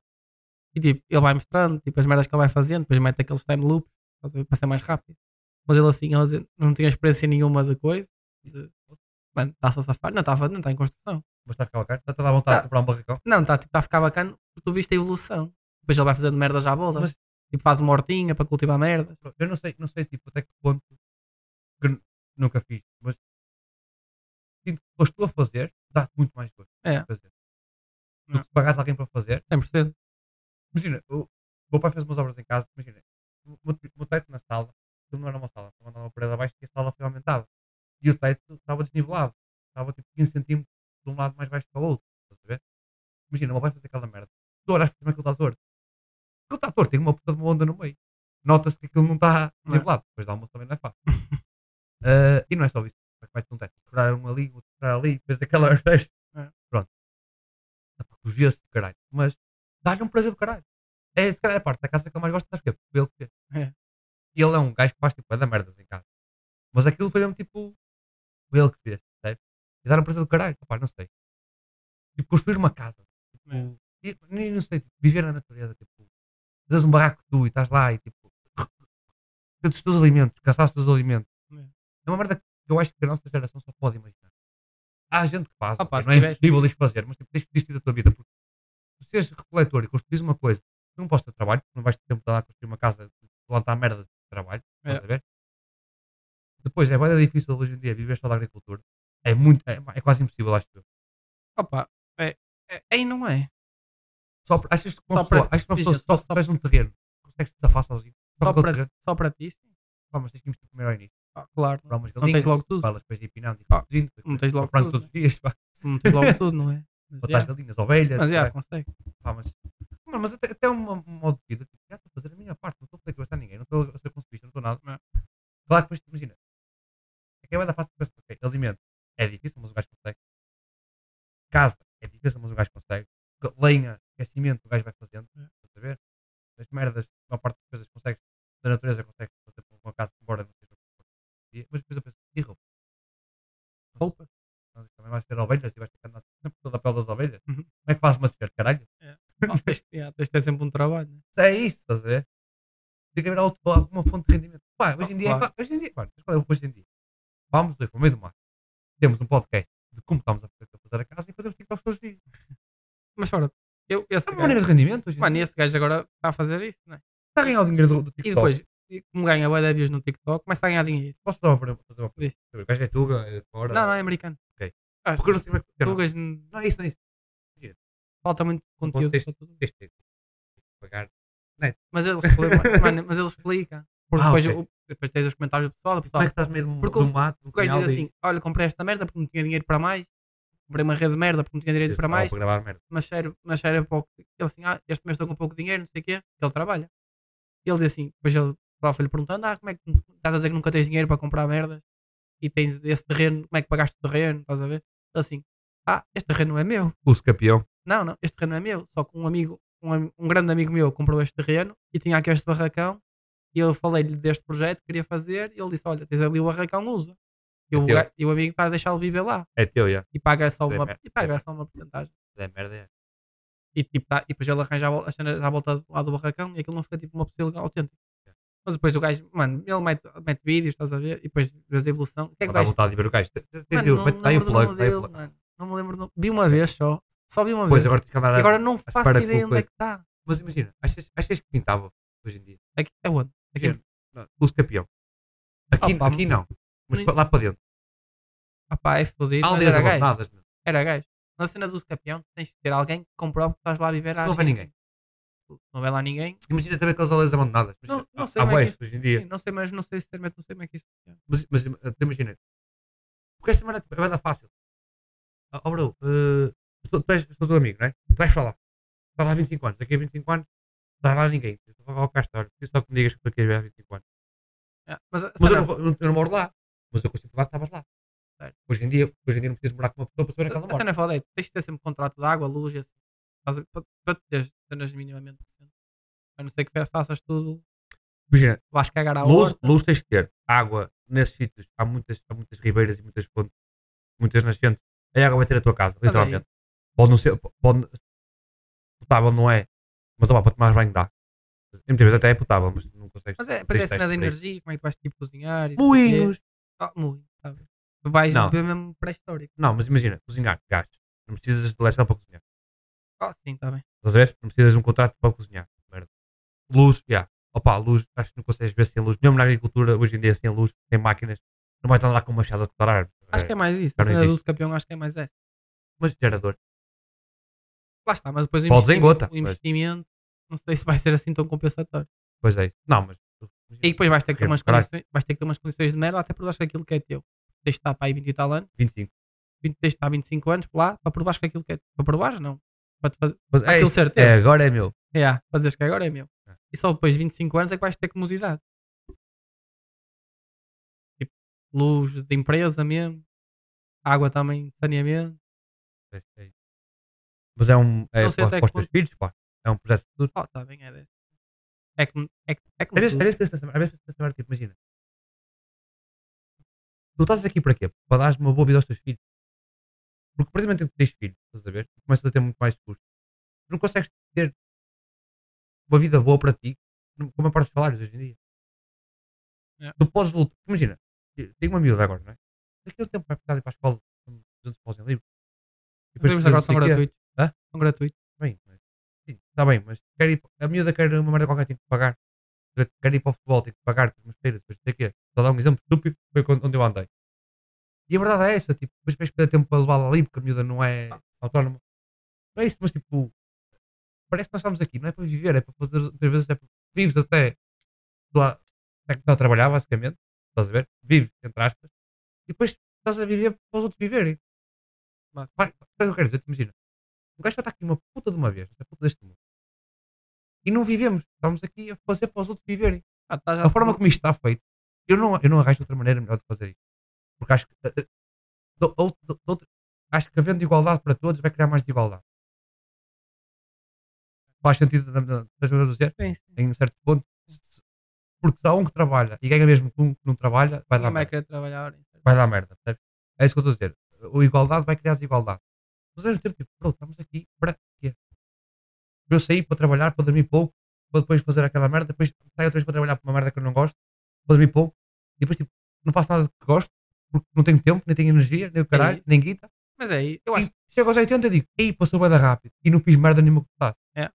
E tipo, ele vai mostrando, tipo, as merdas que ele vai fazendo, depois mete aqueles time loops estás a ver, para ser mais rápido. Mas ele assim, ele diz, não tinha experiência nenhuma da coisa. de- mano, está-se a safar. Não, está não está em construção.
Mas está a ficar bacana? Está a dar
Tá.
vontade de comprar um barracão?
Não, está tipo, tá a ficar bacana porque tu viste a evolução. Depois ele vai fazendo merdas à bola.
Mas-
Tipo, faz uma hortinha para cultivar merdas.
Eu não sei, não sei tipo, até que ponto que n- nunca fiz, mas sinto que foste tu a fazer, dá-te muito mais gosto
É.
de fazer. Do
Não.
que pagares alguém para fazer.
100%.
Imagina, o o meu pai fez umas obras em casa, imagina, o meu te- o meu teto na sala, aquilo não era uma sala, estava mandando uma parede abaixo e a sala foi aumentada. E o teto estava desnivelado, estava tipo 15 centímetros de um lado mais baixo que o outro. Estás a ver? Imagina, o meu pai fez aquela merda. Tu olhas para cima aquilo está torto. Aquilo está torto, tem uma puta de uma onda no meio. Nota-se que aquilo não está
Não é?
desnivelado, depois da almoço também não é fácil. Ah, e não é só isso, vai ter um teto. Furar um ali, outro furar ali, depois aquela resto.
É.
Pronto. Fugia-se do caralho. Mas dá-lhe um prazer do caralho. É, se calhar, a parte da casa que eu mais gosto, sabes porquê? Porque foi ele que fez.
É.
E ele é um gajo que faz tipo bué da merdas em casa. Mas aquilo foi mesmo tipo. Foi ele que fez, sabe? E dar um prazer do caralho, pá, não sei. Tipo, construir uma casa. Tipo,
É.
e- nem não sei, tipo, viver na natureza. Tipo, fazes um barraco tu e estás lá e tipo. Tens os teus alimentos, caçaste os teus alimentos.
É.
É uma merda que eu acho que a nossa geração só pode imaginar. Há gente que faz,
Ah, pá,
ok,
se
não é
tivesse-
impossível isto fazer, mas tipo, tens que desistir da tua vida. Porque se tu seres recoletor e construís uma coisa, tu não podes ter trabalho, porque não vais ter tempo de lá construir uma casa, de plantar merda de trabalho,
É.
estás a ver? Depois, é bem difícil hoje em dia viver só da agricultura. É muito, é, é quase impossível, acho eu.
Opa, é, é, é e não é.
Só, por- achas que uma
Só para-
pessoa, achas que uma pessoa
imagina,
só
só-
se tiveres um terreno, consegues te safar sozinho?
Só
com o
para-
terreno?
Só para ti, sim.
Pá, mas tens que investir primeiro ao início.
Ah, claro.
Comprar umas
Não tens
galinhas,
logo tudo.
balas, depois de empinando, e
Pá,
produzindo, depois
Não tens logo
comprando
tudo.
todos
né?
os dias, pá,
Não tens logo tudo, não é? Mas,
matar as
yeah.
galinhas, ovelhas,
mas yeah,
caralho.
consegue.
Pá, mas, mano, mas até, até um, um modo de vida, tipo, já estou a fazer a minha parte, não estou a fazer coisa a ninguém, não estou a ser consumista, não estou nada.
Não.
Claro que depois, tipo, imagina, é que é bué da fácil pensar, ok, alimento é difícil, mas o gajo consegue. Casa é difícil, mas o gajo consegue. Co- Lenha, aquecimento, o gajo vai fazendo, estás a ver? As merdas, uma parte das coisas consegues, da natureza consegues fazer com uma casa, embora não seja o que for. E- Mas depois eu penso, e roupa? Roupa? Não, Também vais ter ovelhas e vais ter que andar sempre toda a pele das ovelhas?
Uhum.
Como é que faz uma descer, caralho?
Ah, tens, yeah, tens de ter sempre um trabalho, né?
É isso, estás a ver? Tem que haver outro- alguma fonte de rendimento. Pá, hoje em dia,
Claro.
hoje em dia, mano, qual é o hoje em dia? Vamos ver, no meio do mar. Temos um podcast de como estamos a fazer, a fazer a casa e fazemos TikToks todos os dias.
Mas fora, eu, esse
É uma
gajo,
maneira de rendimento hoje em
Tá mano,
dia.
esse gajo agora está a fazer isso, né?
Está a ganhar o dinheiro do, do TikTok.
E depois, e como ganha bué de views no TikTok, começa a ganhar dinheiro.
Posso dar uma pergunta? fazer uma
Diz.
pergunta? O gajo é Tuga, é de fora.
Não, não, é americano.
Ok.
Ah,
Porque eu não sei como é que
tu
funciona.
gajo, n-
Não é isso, não é isso.
falta muito conteúdo
contexto.
para tudo.
Tens de ter- tens de pagar.
Mas ele explica, mano, mas ele explica. Porque
Ah,
depois,
ok.
o- depois tens os comentários do pessoal, o
Como
pessoal
é que estás no meio de um,
Porque
de um
o-
mato? de um
o gajo
canal
diz assim, olha, comprei esta merda porque não tinha dinheiro para mais, comprei uma rede de merda porque não tinha dinheiro para
Não,
mais,
Para gravar merda.
mas sério, mas sério é pouco. Ele assim, ah, este mês estou com pouco dinheiro, não sei o quê, que ele trabalha. E ele diz assim, depois ele lá foi-lhe perguntando, ah, como é que tu- estás a dizer que nunca tens dinheiro para comprar merdas e tens esse terreno, como é que pagaste o terreno, estás a ver? Ele assim, ah, este terreno não é meu.
O campeão.
Não, não, este terreno é meu, só que um amigo, um, am- um grande amigo meu comprou este terreno e tinha aqui este barracão e eu falei-lhe deste projeto que queria fazer e ele disse, olha, tens ali o barracão, usa. E o,
É teu.
ga- e o amigo está a deixá-lo viver lá
É teu, já.
e paga só
É
uma,
mer-
e paga só uma porcentagem.
É merda, é.
E, tipo, tá, e depois ele arranjava as cenas à volta do- lá do barracão e aquilo não fica tipo uma pessoa legal, autêntica. Mas depois o gajo, mano, ele mete, mete vídeos, estás a ver? E depois vês a evolução. O que é que
Dá
vais
vontade de ver o gajo. Tens- tens-
Mano,
tens-
não-
mete-
não
Dá aí o
lembro do nome
plug, dá aí o
dele,
plug.
mano. Não me lembro. do nome. Vi uma vez só. Só vi uma
Pois
vez.
agora tens que andar
E
a-
agora não
à
faço
espera que
ideia
o
onde é
coisa-
que está.
Mas imagina, achas, achas que pintava hoje em dia?
Aqui é onde? Aqui é
Sim. O campeão. Aqui,
Opa,
aqui não. Mas
nem-
pa- lá para dentro.
Ah pá, é fodido. mas
Aldeias
Era gajo.
abandonadas, meu.
Era gajo. Na cena do campeão tens que ter alguém que comprove que estás lá a viver
Não
às
vai
vezes.
ninguém.
Não vai lá ninguém.
Imagina também aquelas aldeias abandonadas.
Não-
Imagina,
não
há-
sei
há
como é que
bué
isso-
hoje em dia.
Sim, Não sei, mas não sei se termete, não sei como é que isso funciona.
Mas, mas im- até imagina. Porque esta semana é banda fácil. Ah, Oh, bro, eh, tu, tu és sou teu amigo, não é? Tu vais falar. Estás lá há 25 anos. Daqui a 25 anos, não está lá ninguém. Eu Só vou cá estar. Preciso só que me digas que estou aqui há 25 anos.
Ah, Mas, a
Mas eu
cena-
não, vou- eu não- eu não moro lá. Mas eu consigo lá, estavas lá.
Certo.
Hoje em dia, hoje em dia não precisas morar com uma pessoa para saber que ela
a
mora.
cena é foda é, tu tens de ter sempre contrato de água, luz e assim. Estás a- Para para te teres cenas minimamente decentes. A não ser que faças tudo,
Imagina,
vais cagar à
luz,
horta.
luz tens de ter. Água, nesses sítios, há muitas, há muitas ribeiras e muitas fontes, muitas nascentes. A água vai ter a tua casa,
Mas aí-
literalmente. Pode não ser, pode, potável não é, mas opa, para tomar banho dá. Em muitas vezes até é potável, mas não consegues.
Mas é, depois é a cena da
tens testes para isso.
energia, como é que vais tipo cozinhar. e não sei o quê.
Moinhos!
Ah, muito, tá bem. Tu vais
Não.
beber mesmo pré-histórico.
Não, mas imagina, cozinhar, gás. Não precisas de eleição para cozinhar.
Ah, sim, está bem.
Estás a ver? Não precisas de um contrato para cozinhar. Merda. Luz, já. Opa, luz, acho que não consegues ver sem luz. Mesmo na agricultura, hoje em dia, sem luz, sem máquinas, não vais andar lá com um machado a cortar árvores.
Acho que é mais isso.
já
A
não
cena do
existe.
campeão acho que é mais essa.
Mas gerador.
Lá está, mas depois o
Podes em
investimento,
gota,
o
mas-
investimento não sei se vai ser assim tão compensatório.
Pois é. isso. Não, mas.
E depois vais ter que ter
Ok,
umas,
caralho.
condições, vais ter que ter umas condições de merda até provar que aquilo que é teu. Tens de estar para aí 20 e tal anos,
25.
20, tens de estar 25 anos lá para provares que aquilo que é teu. Para provares, não. Para te fazer,
Mas é,
aquilo
isso.
certo.
É,
É.
agora é meu.
Yeah, para dizeres que agora é meu.
É.
E só depois de 25 anos é que vais ter comodidade. Tipo, luz de empresa mesmo, água também, saneamento.
É, é isso. Mas é um. É
Não sei
para,
até
para os
que
teus
ponto.
filhos, pá. É um projeto de futuro.
Oh, tá bem, é desse. É como. É, que- é como
Às vezes,
tudo.
às vezes penso na- às vezes penso na- tipo, imagina. Tu estás aqui para quê? Para dar uma boa vida aos teus filhos. Porque, precisamente, que tens filhos, estás a ver? Tu começas a ter muito mais custo. Tu não consegues ter uma vida boa para ti, como a maior parte dos salários hoje em dia.
É.
Tu podes lutar. Imagina, eu tenho uma miúda agora, não é? Daqui a um tempo vai precisar ir para a escola, são 200 paus em livro. E
Os livros agora são
não sei o quê.
gratuitos.
Hã?
São gratuitos.
Bem, mas, sim, está bem, mas quer ir, a miúda quer uma merda qualquer, tem que pagar. Quer ir para o futebol, tem que pagar, tem umas feiras, depois não sei o quê. Só dar um exemplo estúpido, foi quando- onde eu andei. E a verdade é essa, tipo, depois vais perder tempo para levá-la ali, porque a miúda não é autónoma. Não é isso, mas tipo, parece que nós estamos aqui, não é para viver, é para fazer, outras vezes é para, vives até, tu há- até começar a trabalhar, basicamente, estás a ver? Vives, entre aspas, e depois estás a viver para os outros viverem.
Mas-
Vai, sabes o que eu quero dizer? Imagina, o gajo já está aqui uma puta de uma vez, esta puta deste mundo. E não vivemos, estamos aqui a fazer para os outros viverem.
Ah, tá já
A forma como isto está feito, eu não, eu não arranjo outra maneira melhor de fazer isto. Porque acho que, eh, eh, dou- dou- dou- dou- acho que havendo igualdade para todos vai criar mais desigualdade. Faz sentido das coisas a dizer?
Sim, sim.
Em certo ponto. Porque se há um que trabalha e ganha mesmo com um que não trabalha, vai dar
Ninguém vai
merda.
querer trabalhar.
Vai dar merda. percebes? É isso que eu estou a dizer. A igualdade vai criar desigualdade. Mas ao mesmo tempo, tipo, pronto, estamos aqui para quê? Para eu sair para trabalhar, para dormir pouco, para depois fazer aquela merda, depois saio outra vez para trabalhar para uma merda que eu não gosto, para dormir pouco, e depois tipo, não faço nada que gosto, porque não tenho tempo, nem tenho energia, nem o caralho,
isso.
nem guita.
Mas é isso. Eu acho
E chego aos 80 e digo, ei, passou bem rápido, e não fiz merda nenhuma que está.
É.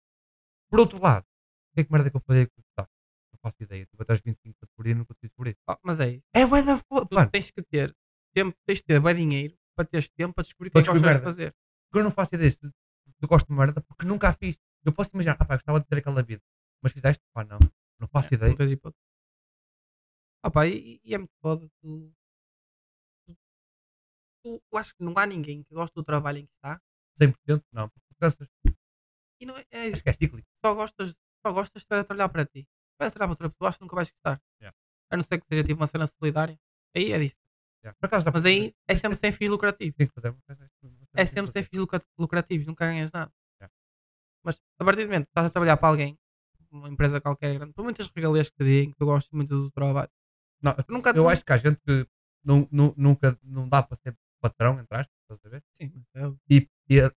Por outro lado, o que é que merda que eu fazia que está? Não faço ideia, tipo, até aos 25 de por dia não consigo descobrir.
Ah, mas é isso.
É bué da foda,
Tu
mano,
tens que ter tempo, tens de ter bem dinheiro para teres tempo para descobrir o que
Para
é que gostas de
descobrir
fazer.
eu não faço ideia se eu gosto de merda, porque nunca a fiz. Eu posso imaginar, ah pá, gostava de ter aquela vida, mas fizeste? Pá, não, não faço ideia.
Não tens hipótese. Ah, pá, e, e é muito foda. Tu, tu, eu acho que não há ninguém que goste do trabalho em que está
100% não, porque tu cansas,
e não é, é isso.
acho que é cíclico.
só gostas, só gostas de olhar para ti. Vais olhar para outra pessoa, acho que nunca vais gostar.
Yeah.
A não ser que seja tipo uma cena solidária. Aí é diferente.
Já. Por acaso, já
Mas aí é sempre sem fins lucrativos.
tem que fazer, mas é-
É sempre sem fins lucra- lucrativos, nunca ganhas nada.
Yeah.
Mas a partir do momento que estás a trabalhar para alguém, uma empresa qualquer grande, por muitas regalias que te deem, que eu gosto muito do trabalho,
Não,
tu nunca
eu acho que há gente que não, não, nunca não dá para ser patrão, entre aspas, estás a ver?
Sim, mas é o-
E, e a-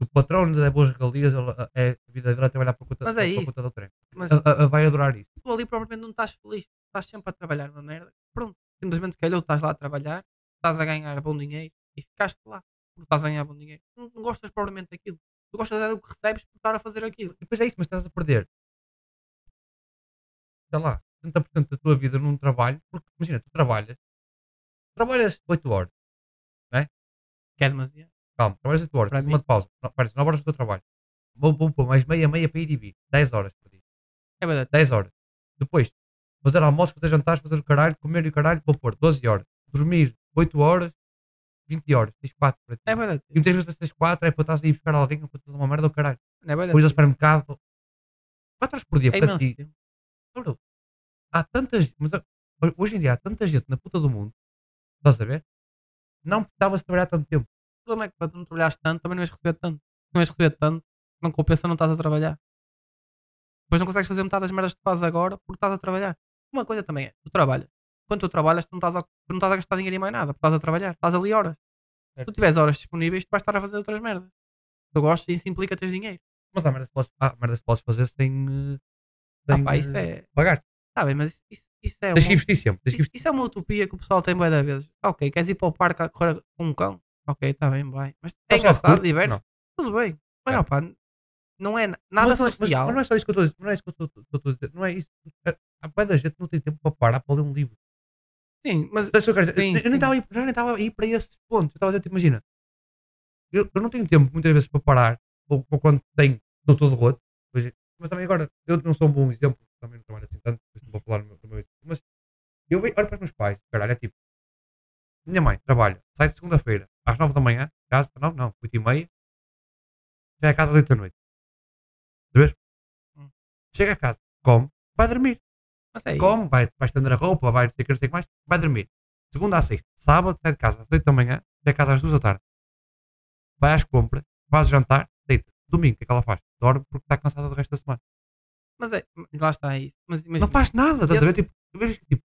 o patrão lhe dá boas regalias, ele, ah, é a vida dele é trabalhar por conta,
Mas é
por
isso.
conta do trem.
Mas
Ah, ah, ah, vai adorar isso.
tu ali provavelmente não estás feliz, estás sempre a trabalhar uma merda. Pronto, simplesmente calhou, estás lá a trabalhar, estás a ganhar bom dinheiro e ficaste lá porque estás a ganhar bom dinheiro. Não, não gostas provavelmente daquilo. Tu gostas é do que recebes por estar a fazer aquilo.
E depois é isso, mas estás a perder. Sei lá, 70% da tua vida num trabalho, porque imagina, tu trabalhas, trabalhas 8 horas,
Que é demasiado.
calma, trabalhas 8 horas,
Para
tens
mim-
uma de pausa, no- pares 9 horas do teu trabalho. Vou, vou pôr mais meia, meia para ir e vir, 10 horas por dia.
É verdade.
10 horas. Depois, fazer almoço, fazer jantares, fazer o caralho, comer e o caralho, vou pôr 12 horas. Dormir 8 horas, 20 horas, tens 4 para ti.
É verdade.
e muitas vezes tens 4 é para estás a ir buscar alguém para fazer uma merda do caralho.
É verdade.
Depois ao supermercado, 4 horas por dia
É
para
imenso.
ti.
tempo.
Bro, há tantas. Mas ah, hoje em dia há tanta gente na puta do mundo, estás a ver? Não precisava se trabalhar tanto tempo.
O problema é que para tu não trabalhares tanto, também não vais receber tanto. Se não vais receber tanto, não compensa não estás a trabalhar. Depois não consegues fazer metade das merdas que tu fazes agora porque estás a trabalhar. Uma coisa também é, tu trabalhas. Quando tu trabalhas, tu não estás a, tu não estás a gastar dinheiro em mais nada, porque estás a trabalhar, estás ali horas. Se tu tiveres horas disponíveis, tu vais estar a fazer outras merdas. Tu gostas e isso implica teres dinheiro.
Mas há merdas que podes, há merdas que podes fazer sem. eh,
Ah,
sem
pá, isso
eh,
é.
pagar.
Tá bem, mas isso, isso, isso é.
Tens que
uma-
investir sempre. Tens que
Isso, isso é uma utopia que o pessoal tem bué da vezes. Ok, queres ir para o parque a correr com um cão? Ok, está bem, vai. Mas é
Estás Então só a
engraçado,
curto?
diverte.
Não.
Tudo bem. Mas,
É.
opa, não é na- nada
mas, não é- mas-
social.
mas não é só isso que eu estou a dizer. Não é isso que eu estou- estou estou a dizer. Não é isso. É, Há bem da gente que não tem tempo para parar para ler um livro.
Sim, mas
Sabe o que eu quero dizer?
Sim,
Eu- eu
sim.
nem estava a ir- já nem estava a ir para esses pontos. Eu estava a dizer, tipo, imagina. Eu, eu não tenho tempo muitas vezes para parar. Ou, ou quando tenho, estou todo roto. Pois é. mas também agora, eu não sou um bom exemplo. Também não trabalho assim tanto. Por isso não vou falar no meu, no meu exemplo. Mas eu ve- olho para os meus pais. Caralho, é tipo. Minha mãe trabalha. Sai de segunda-feira às nove da manhã. Casa, nove não, oito e meia. Chega a casa às oito da noite. Sabes?
Hum.
Chega a casa, come, vai dormir
mas é isso.
come, vai, vai estender a roupa, vai não sei o que, não sei o que mais, vai dormir. Segunda à sexta, sábado, sai de casa às 8 da manhã, sai de casa às 2 da tarde. Vai às compras, faz o jantar, deita. Domingo, o que é que ela faz? Dorme porque está cansada do resto da semana.
Mas é, lá está é isso. Mas imagina,
Não faz nada, estás a
Esse-
ver? Tipo, eu vejo que, tipo,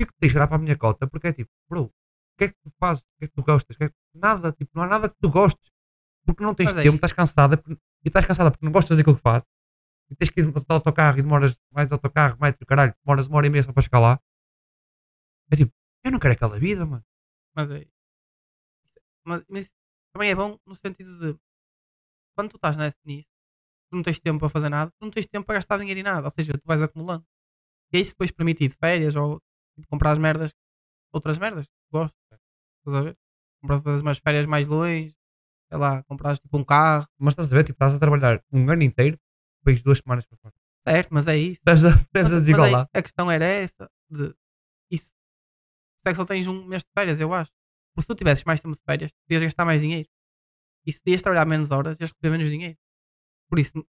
fico triste olhar para a minha cota porque é tipo, bro, o que é que tu fazes? O que é que tu gostas? O que é que- Nada, tipo, não há nada que tu gostes porque não tens
Mas é
tempo,
isso.
estás cansada porque- e estás cansada porque não gostas daquilo que fazes. E tens que ir de autocarro e demoras mais de autocarro, mais do caralho, demoras uma hora e meia só para chegar lá. É tipo, eu não quero aquela vida, mano.
mas é isso. Mas, mas isso também é bom no sentido de quando tu estás nesse, nisso, tu não tens tempo para fazer nada, tu não tens tempo para gastar dinheiro em nada. Ou seja, tu vais acumulando. E é isso depois permite ir de férias ou tipo, comprar as merdas, outras merdas que tu gostas. Estás a ver? Comprar fazer umas férias mais longe, sei lá, comprar tipo um carro,
Mas estás a ver, tipo, estás a trabalhar um ano inteiro, depois duas semanas para fora.
certo, mas é isso.
Estás a, estás
Mas- é
a
mas
desigualar.
aí a questão era essa de isso. Por isso é que só tens um mês de férias, eu acho. Porque se tu tivesses mais tempo de férias, tu ias gastar mais dinheiro. E se tu ias trabalhar menos horas, ias receber menos dinheiro. Por isso,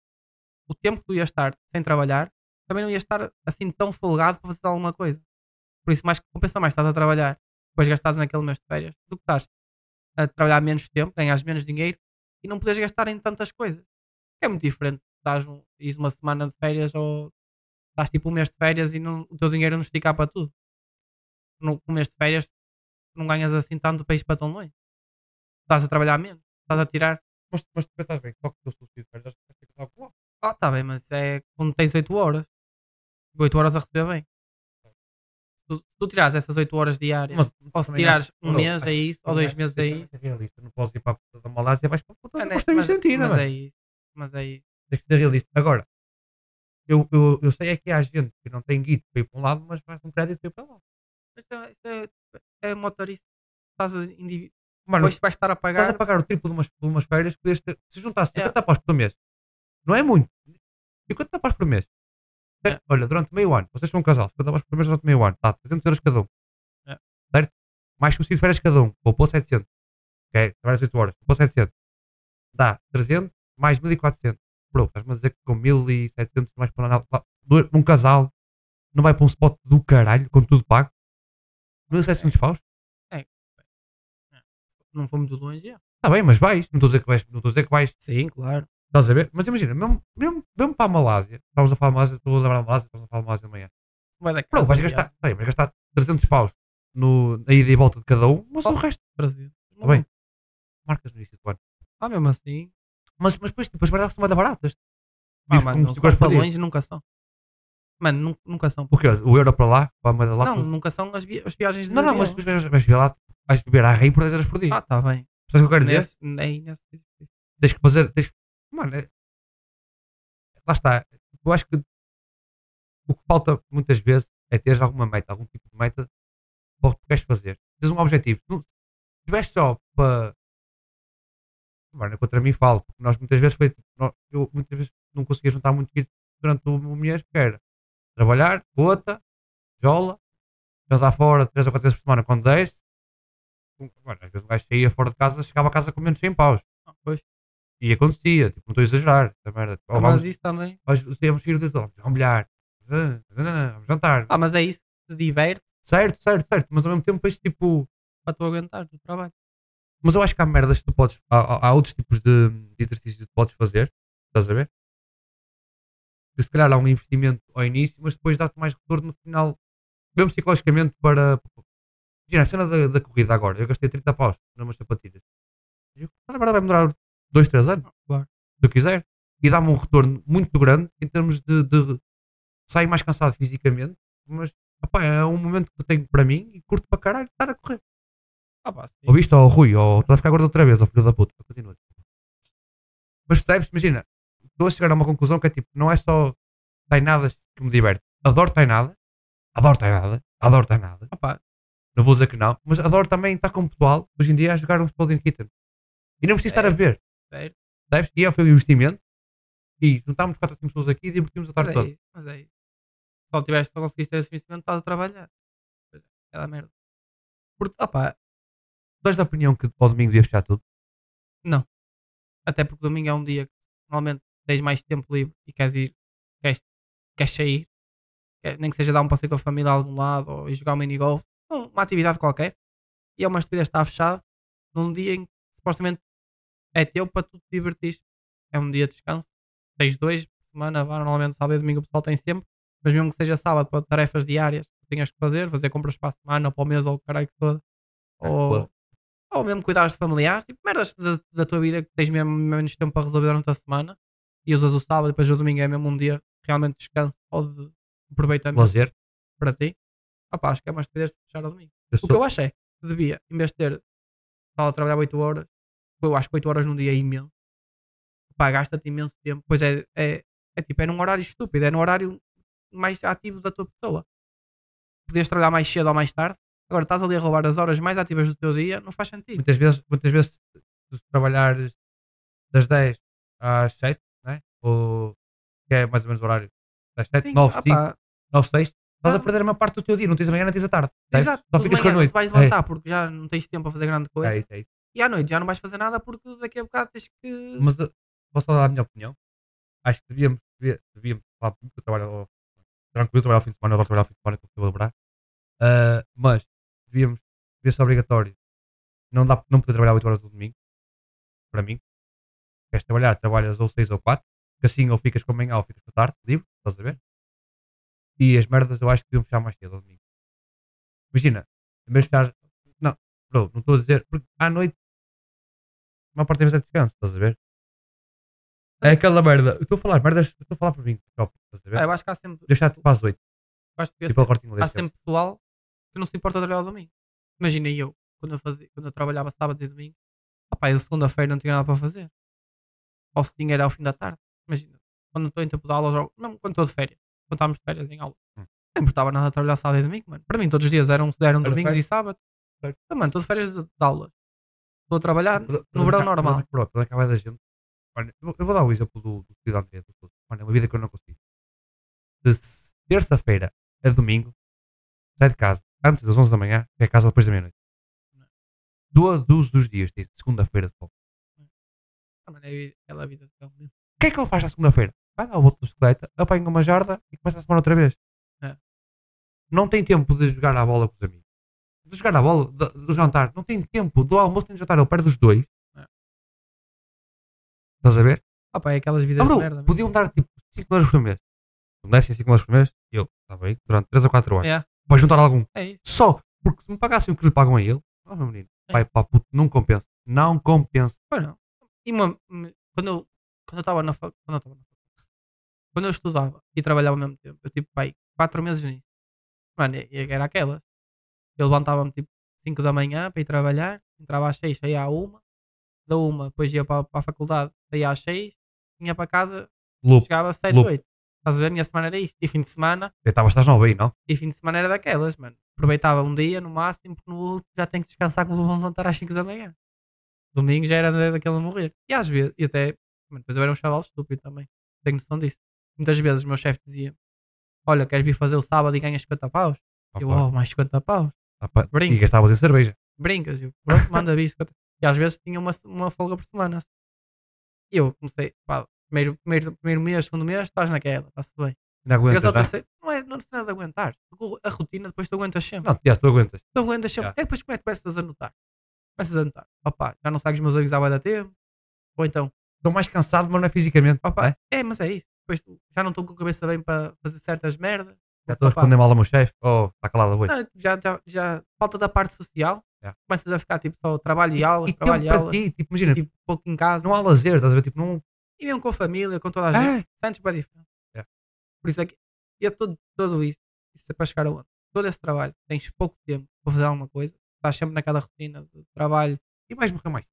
o tempo que tu ias estar sem trabalhar, também não ias estar assim tão folgado para fazer alguma coisa. Por isso, mais compensa mais estás a trabalhar, depois gastares naquele mês de férias, do que estás a trabalhar menos tempo, ganhas menos dinheiro e não podes gastar em tantas coisas. É muito diferente. Estás um, ires uma semana de férias ou estás tipo um mês de férias e não- o teu dinheiro não esticar para tudo. No um mês de férias tu não ganhas assim tanto do país para tão longe. Estás a trabalhar menos, estás a tirar.
Mas, mas tu estás bem, só que tu sou suicídio, já estás a ficar com o
Ah, está bem, mas é quando tens 8 horas. 8 horas a receber bem. Se tu, se tu tirares essas 8 horas diárias,
Mas
ou se
também
tirares
acho-
um
Bro,
mês
acho
é isso, ou dois
Acho que
meses é
tens que
isso.
ser realista. Não podes ir para a puta da Malásia, vais para a puta
Ah,
da
né,
Costa Vicentina,
mas
mano.
é isso. Mas é isso.
Tens que ser realista. Agora, eu, eu, eu sei é que há gente que não tem guito para ir para um lado, mas faz um crédito para ir para lá.
Mas isso é, isso é, é motorista. Estás a indivi-
Mano,
Depois vais estar a
estás
pagar.
a pagar o triplo de umas, de umas férias que podias ter. Se juntasse
É.
50 paus por mês, não é muito. 50 paus por mês.
É.
Olha, durante meio ano, vocês são um casal, 50 paus por mês durante meio ano, está 300 euros cada um.
É.
Certo? Mais subsídio de férias cada um, vou pôr 700. Ok? Trabalhas 8 horas, vou pôr 700. Dá 300 mais 1400. Bro, estás-me a dizer que com 1700 mais para lá- lá- dois- um casal não vai para um spot do caralho com tudo pago? 1700 paus?
Não foi muito longe. é.
Está Tá bem, mas vais. Não estou a dizer que vais, não estou a dizer que vais
Sim, claro.
Estás a ver? Mas imagina, mesmo, mesmo, mesmo para a Malásia, estávamos a falar de Malásia, estou a lembrar da Malásia, estamos a falar de Malásia
É
amanhã.
Vai dar
Pronto, vais gastar, sei, vais gastar 300 paus no, na ida e
Oh,
volta de cada um, mas o resto
Brasil.
Tá bem. marcas no início do ano.
Ah, mesmo assim.
Mas, mas depois, tipo, as baratas são mais baratas. um
Ah,
Diz
mano,
como
não,
se
os
gosta de
balões nunca são. Mano, nun- nunca são.
O quê? O euro para lá? Para a moeda lá?
não, nunca são as, vi- as viagens de
não, não,
avião.
mas depois vais, vais ver lá, vais beber à rei por 10 euros por dia.
Ah, tá bem. é
Sabes o que eu quero dizer?
Nesse, nem nesse,
Tens que fazer. Tens... Mano, é- lá está. Eu acho que o que falta muitas vezes é teres alguma meta, algum tipo de meta para o que tu queres fazer. Tens um objetivo. Se não- se tiveste só para. Mano, eu contra mim falo, porque nós muitas vezes foi. nó- Eu muitas vezes não conseguia juntar muito dinheiro durante o o mês, porque era trabalhar, gota, jola, jantar fora 3 ou 4 vezes por semana quando desce. Mano, às vezes um gajo saía fora de casa, chegava a casa com menos 100 paus.
Ah, pois.
E acontecia, tipo, não estou a exagerar, essa merda. Ou
Ah, mas
vamos,
isso também.
vamos, temos que ir de vamos almoçar, ah, ah, ah, vamos jantar.
Ah, mas é isso que te diverte
Certo, certo, certo, mas ao mesmo tempo, depois, tipo,
para tu aguentar no trabalho.
mas eu acho que há merdas que tu podes, há, há- há outros tipos de, de exercícios que tu podes fazer, estás a ver? Que se calhar há um investimento ao início, mas depois dá-te mais retorno no final, mesmo psicologicamente, para. Imagina, a cena da, da corrida agora, eu gastei 30 paus nas minhas sapatilhas. E eu, "Ah, agora vai me durar 2, 3 anos.
Claro.
se eu quiser. E dá-me um retorno muito grande em termos de, de sair mais cansado fisicamente, mas opá, é um momento que eu tenho para mim e curto para caralho estar a correr.
Ah, pá, sim.
Ouviste, ó Rui, ó, estás a ficar gordo outra vez, ó filho da puta, continua. Mas percebes, imagina, estou a chegar a uma conclusão que é tipo, não é só tainadas que me diverte. Adoro tainadas, adoro tainadas, adoro tainadas,
Ah, pá,
não vou dizer que não, mas adoro também estar com o pessoal, hoje em dia, a jogar um Spalding Kitten. E não preciso estar a
É.
beber.
sério.
Sabes? E é, foi um investimento. E juntámos 4 ou 5 pessoas aqui e divertimos a
Mas
tarde
é
toda.
isso. Mas é isso. Se não tiveste, se não conseguiste ter esse investimento, estás a trabalhar. Pois é, é da merda. Porque, ah, pá,
Tu és da opinião que ao domingo devia fechar tudo?
Até porque domingo é um dia que normalmente tens mais tempo livre e queres ir, queres, queres sair, quer- nem que seja dar um passeio com a família a algum lado ou ir jogar um minigolf, um- uma atividade qualquer. E é uma estupidez estar fechado num dia em que supostamente é teu para tu te divertir. É um dia de descanso. Tens dois por semana, vá, normalmente sábado e domingo o pessoal tem sempre, mas mesmo que seja sábado para tarefas diárias que tenhas que fazer, fazer compras para a semana ou para o mês ou o caralho que todo. Ou,
Claro.
ou mesmo cuidares de familiares, tipo merdas da, da tua vida que tens mesmo menos tempo para resolver durante a semana e usas o sábado e depois o domingo é mesmo um dia realmente de descanso ou de aproveitamento
Lazer?
para ti. Opá, acho que é mais poderes fechar ao domingo.
Eu
O
sou...
que eu acho é que devia, em vez de ter estava a trabalhar 8 horas, eu acho que 8 horas num dia é imenso. Opá, gasta-te imenso tempo. Pois é, é, é tipo, é num horário estúpido, é num horário mais ativo da tua pessoa. Podias trabalhar mais cedo ou mais tarde. Agora estás ali a roubar as horas mais ativas do teu dia, não faz sentido.
Muitas vezes, muitas vezes, se trabalhares das 10 às 7, né? ou que é mais ou menos o horário, das 7,
Sim,
9,
opá,
5, 9, 6, estás a
Ah.
perder uma parte do teu dia, não tens a manhã, não tens a tarde. sabes?
Exato, tu
Só
de
ficas com a
manhã não
noite.
te vais
É,
levantar porque já não tens tempo para fazer grande coisa.
É, isso, é isso.
E à noite já não vais fazer nada porque daqui a bocado tens que.
Mas uh, posso dar a minha opinião? Acho que devíamos, devia- devíamos falar porque eu trabalho ao, tranquilo, trabalho ao fim de semana, eu adoro trabalhar ao fim de semana, que eu vou dobrar. Ah, mas devíamos, devia ser obrigatório. Não, dá, não poder trabalhar 8 horas do domingo, para mim. Queres trabalhar, trabalhas ou 6 ou 4, que assim ou ficas com a manhã ou ficas com a tarde, livre, estás a ver? E as merdas eu acho que deviam fechar mais cedo ao domingo. Imagina, em vez de fechar. Não, bro, não estou a dizer, porque à noite, uma parte das vezes é descanso, estás a ver? É aquela merda. Eu estou a falar merdas, eu estou a falar para mim. Top, estás a ver?
Ah, eu acho que há sempre.
Deixar-te para as 8.
eu acho que devia
Tipo, ao
ser-
corte inglês.
há sempre pessoal que não se importa de trabalhar ao domingo. Imagina eu, quando eu, fazia, quando eu trabalhava sábado e domingo, opá, eu segunda-feira não tinha nada para fazer. Ou se tinha era ao fim da tarde. Imagina, quando estou em tempo de aula, eu jogo, mesmo quando estou de férias, quando estávamos de férias em aula,
Hum.
não importava nada trabalhar sábado e domingo, mano. Para mim, todos os dias eram, eram
Era
domingos e
férias.
sábado.
Certo.
Ah, mano, estou de férias de, de aula. Estou a trabalhar,
Toda- toda
no verão
a- toda a-
normal.
Pronto, toda a camada da gente. Olha, eu vou- eu vou dar o exemplo do, do querido André. Do, do, olha, uma vida que eu não consigo. De s- terça-feira a domingo, sai de casa antes das 11 da manhã, chega a casa depois da meia-noite. Todos os dias, tem segunda-feira de folga.
Ah, mano, é aquela vida de cão mesmo.
O que é que ele faz na segunda-feira? Vai dar o volta de bicicleta, apanha uma jarda e começa a semana outra vez.
É.
Não tem tempo de jogar à bola com os amigos. De jogar à bola, do, do jantar. Não tem tempo. Do almoço tem de jantar. Ele perde os dois.
É.
Estás a ver?
Ah, pá, é aquelas vidas
Ah,
de
bro,
merda. mesmo.
podiam dar tipo 5 euros por mês. Se me dessem 5 euros por mês, eu, está bem, durante 3 ou 4 horas.
É.
Vai juntar algum.
É isso.
Só porque se me pagassem o que lhe pagam
É.
a ele, oh, meu menino, vai para puto, não compensa. Não compensa.
Pois não. E uma, me- quando eu quando eu estava na fac, quando eu estava na fac, quando eu estudava e trabalhava ao mesmo tempo, eu tipo, pai, 4 meses nisso. Mano, e- e era aquela. Eu levantava-me tipo 5 da manhã para ir trabalhar, entrava às 6, saía à 1, da 1, depois ia para, para a faculdade, saía às 6, vinha para casa,
Loop.
chegava às 7,
loop.
8. Estás a ver? Minha semana era isto. E fim de semana,
Estavas às 9 aí, não?
e fim de semana era daquelas, mano. Aproveitava um dia no máximo, porque no outro já tenho que descansar que me vão levantar às 5 da manhã. Domingo já era daquele a morrer. E às vezes, e até, mano, depois eu era um chaval estúpido também. Tenho noção disso. Muitas vezes o meu chefe dizia: Olha, queres vir fazer o sábado e ganhas 50 paus? eu, oh, mais 50 paus.
Opa,
brinco.
E gastavas em cerveja.
Brincas, eu, pronto, manda vir 50. E às vezes tinha uma, uma folga por semana. E eu comecei, pá, primeiro, primeiro, primeiro mês, segundo mês, estás naquela, está-se bem.
Ainda
Chegas
aguentas,
ao
não?
terceiro- não é, não se nada de aguentar. Porque A rotina depois tu aguentas sempre.
Não, já, tu aguentas.
Tu aguentas sempre.
Já.
É depois como é que começas a notar? Começas a notar. Opa, já não sabes os meus amigos há bué da tempo. Ou então,
Estou mais cansado, mas não é fisicamente.
Opa,
não é?
é, mas é isso. Depois tu- já não estou com a cabeça bem para fazer certas merdas.
Já estou a
Opa,
responder mal ao meu chefe. Oh, está calado, boi.
não, tipo, já, já, já falta da parte social.
Já.
Começas a ficar tipo só trabalho e aulas,
E um tempo
trabalho e
para
aulas.
ti, tipo, imagina,
Tipo, pouco em casa.
não há lazer, estás a ver? Tipo, não.
E mesmo com a família, com toda a gente.
Ah,
Santos para diferente.
É.
Por isso é que e é todo, todo isso. Isso é para chegar aonde? Todo esse trabalho, tens pouco tempo para fazer alguma coisa, estás sempre naquela rotina de trabalho.
e vais morrer mais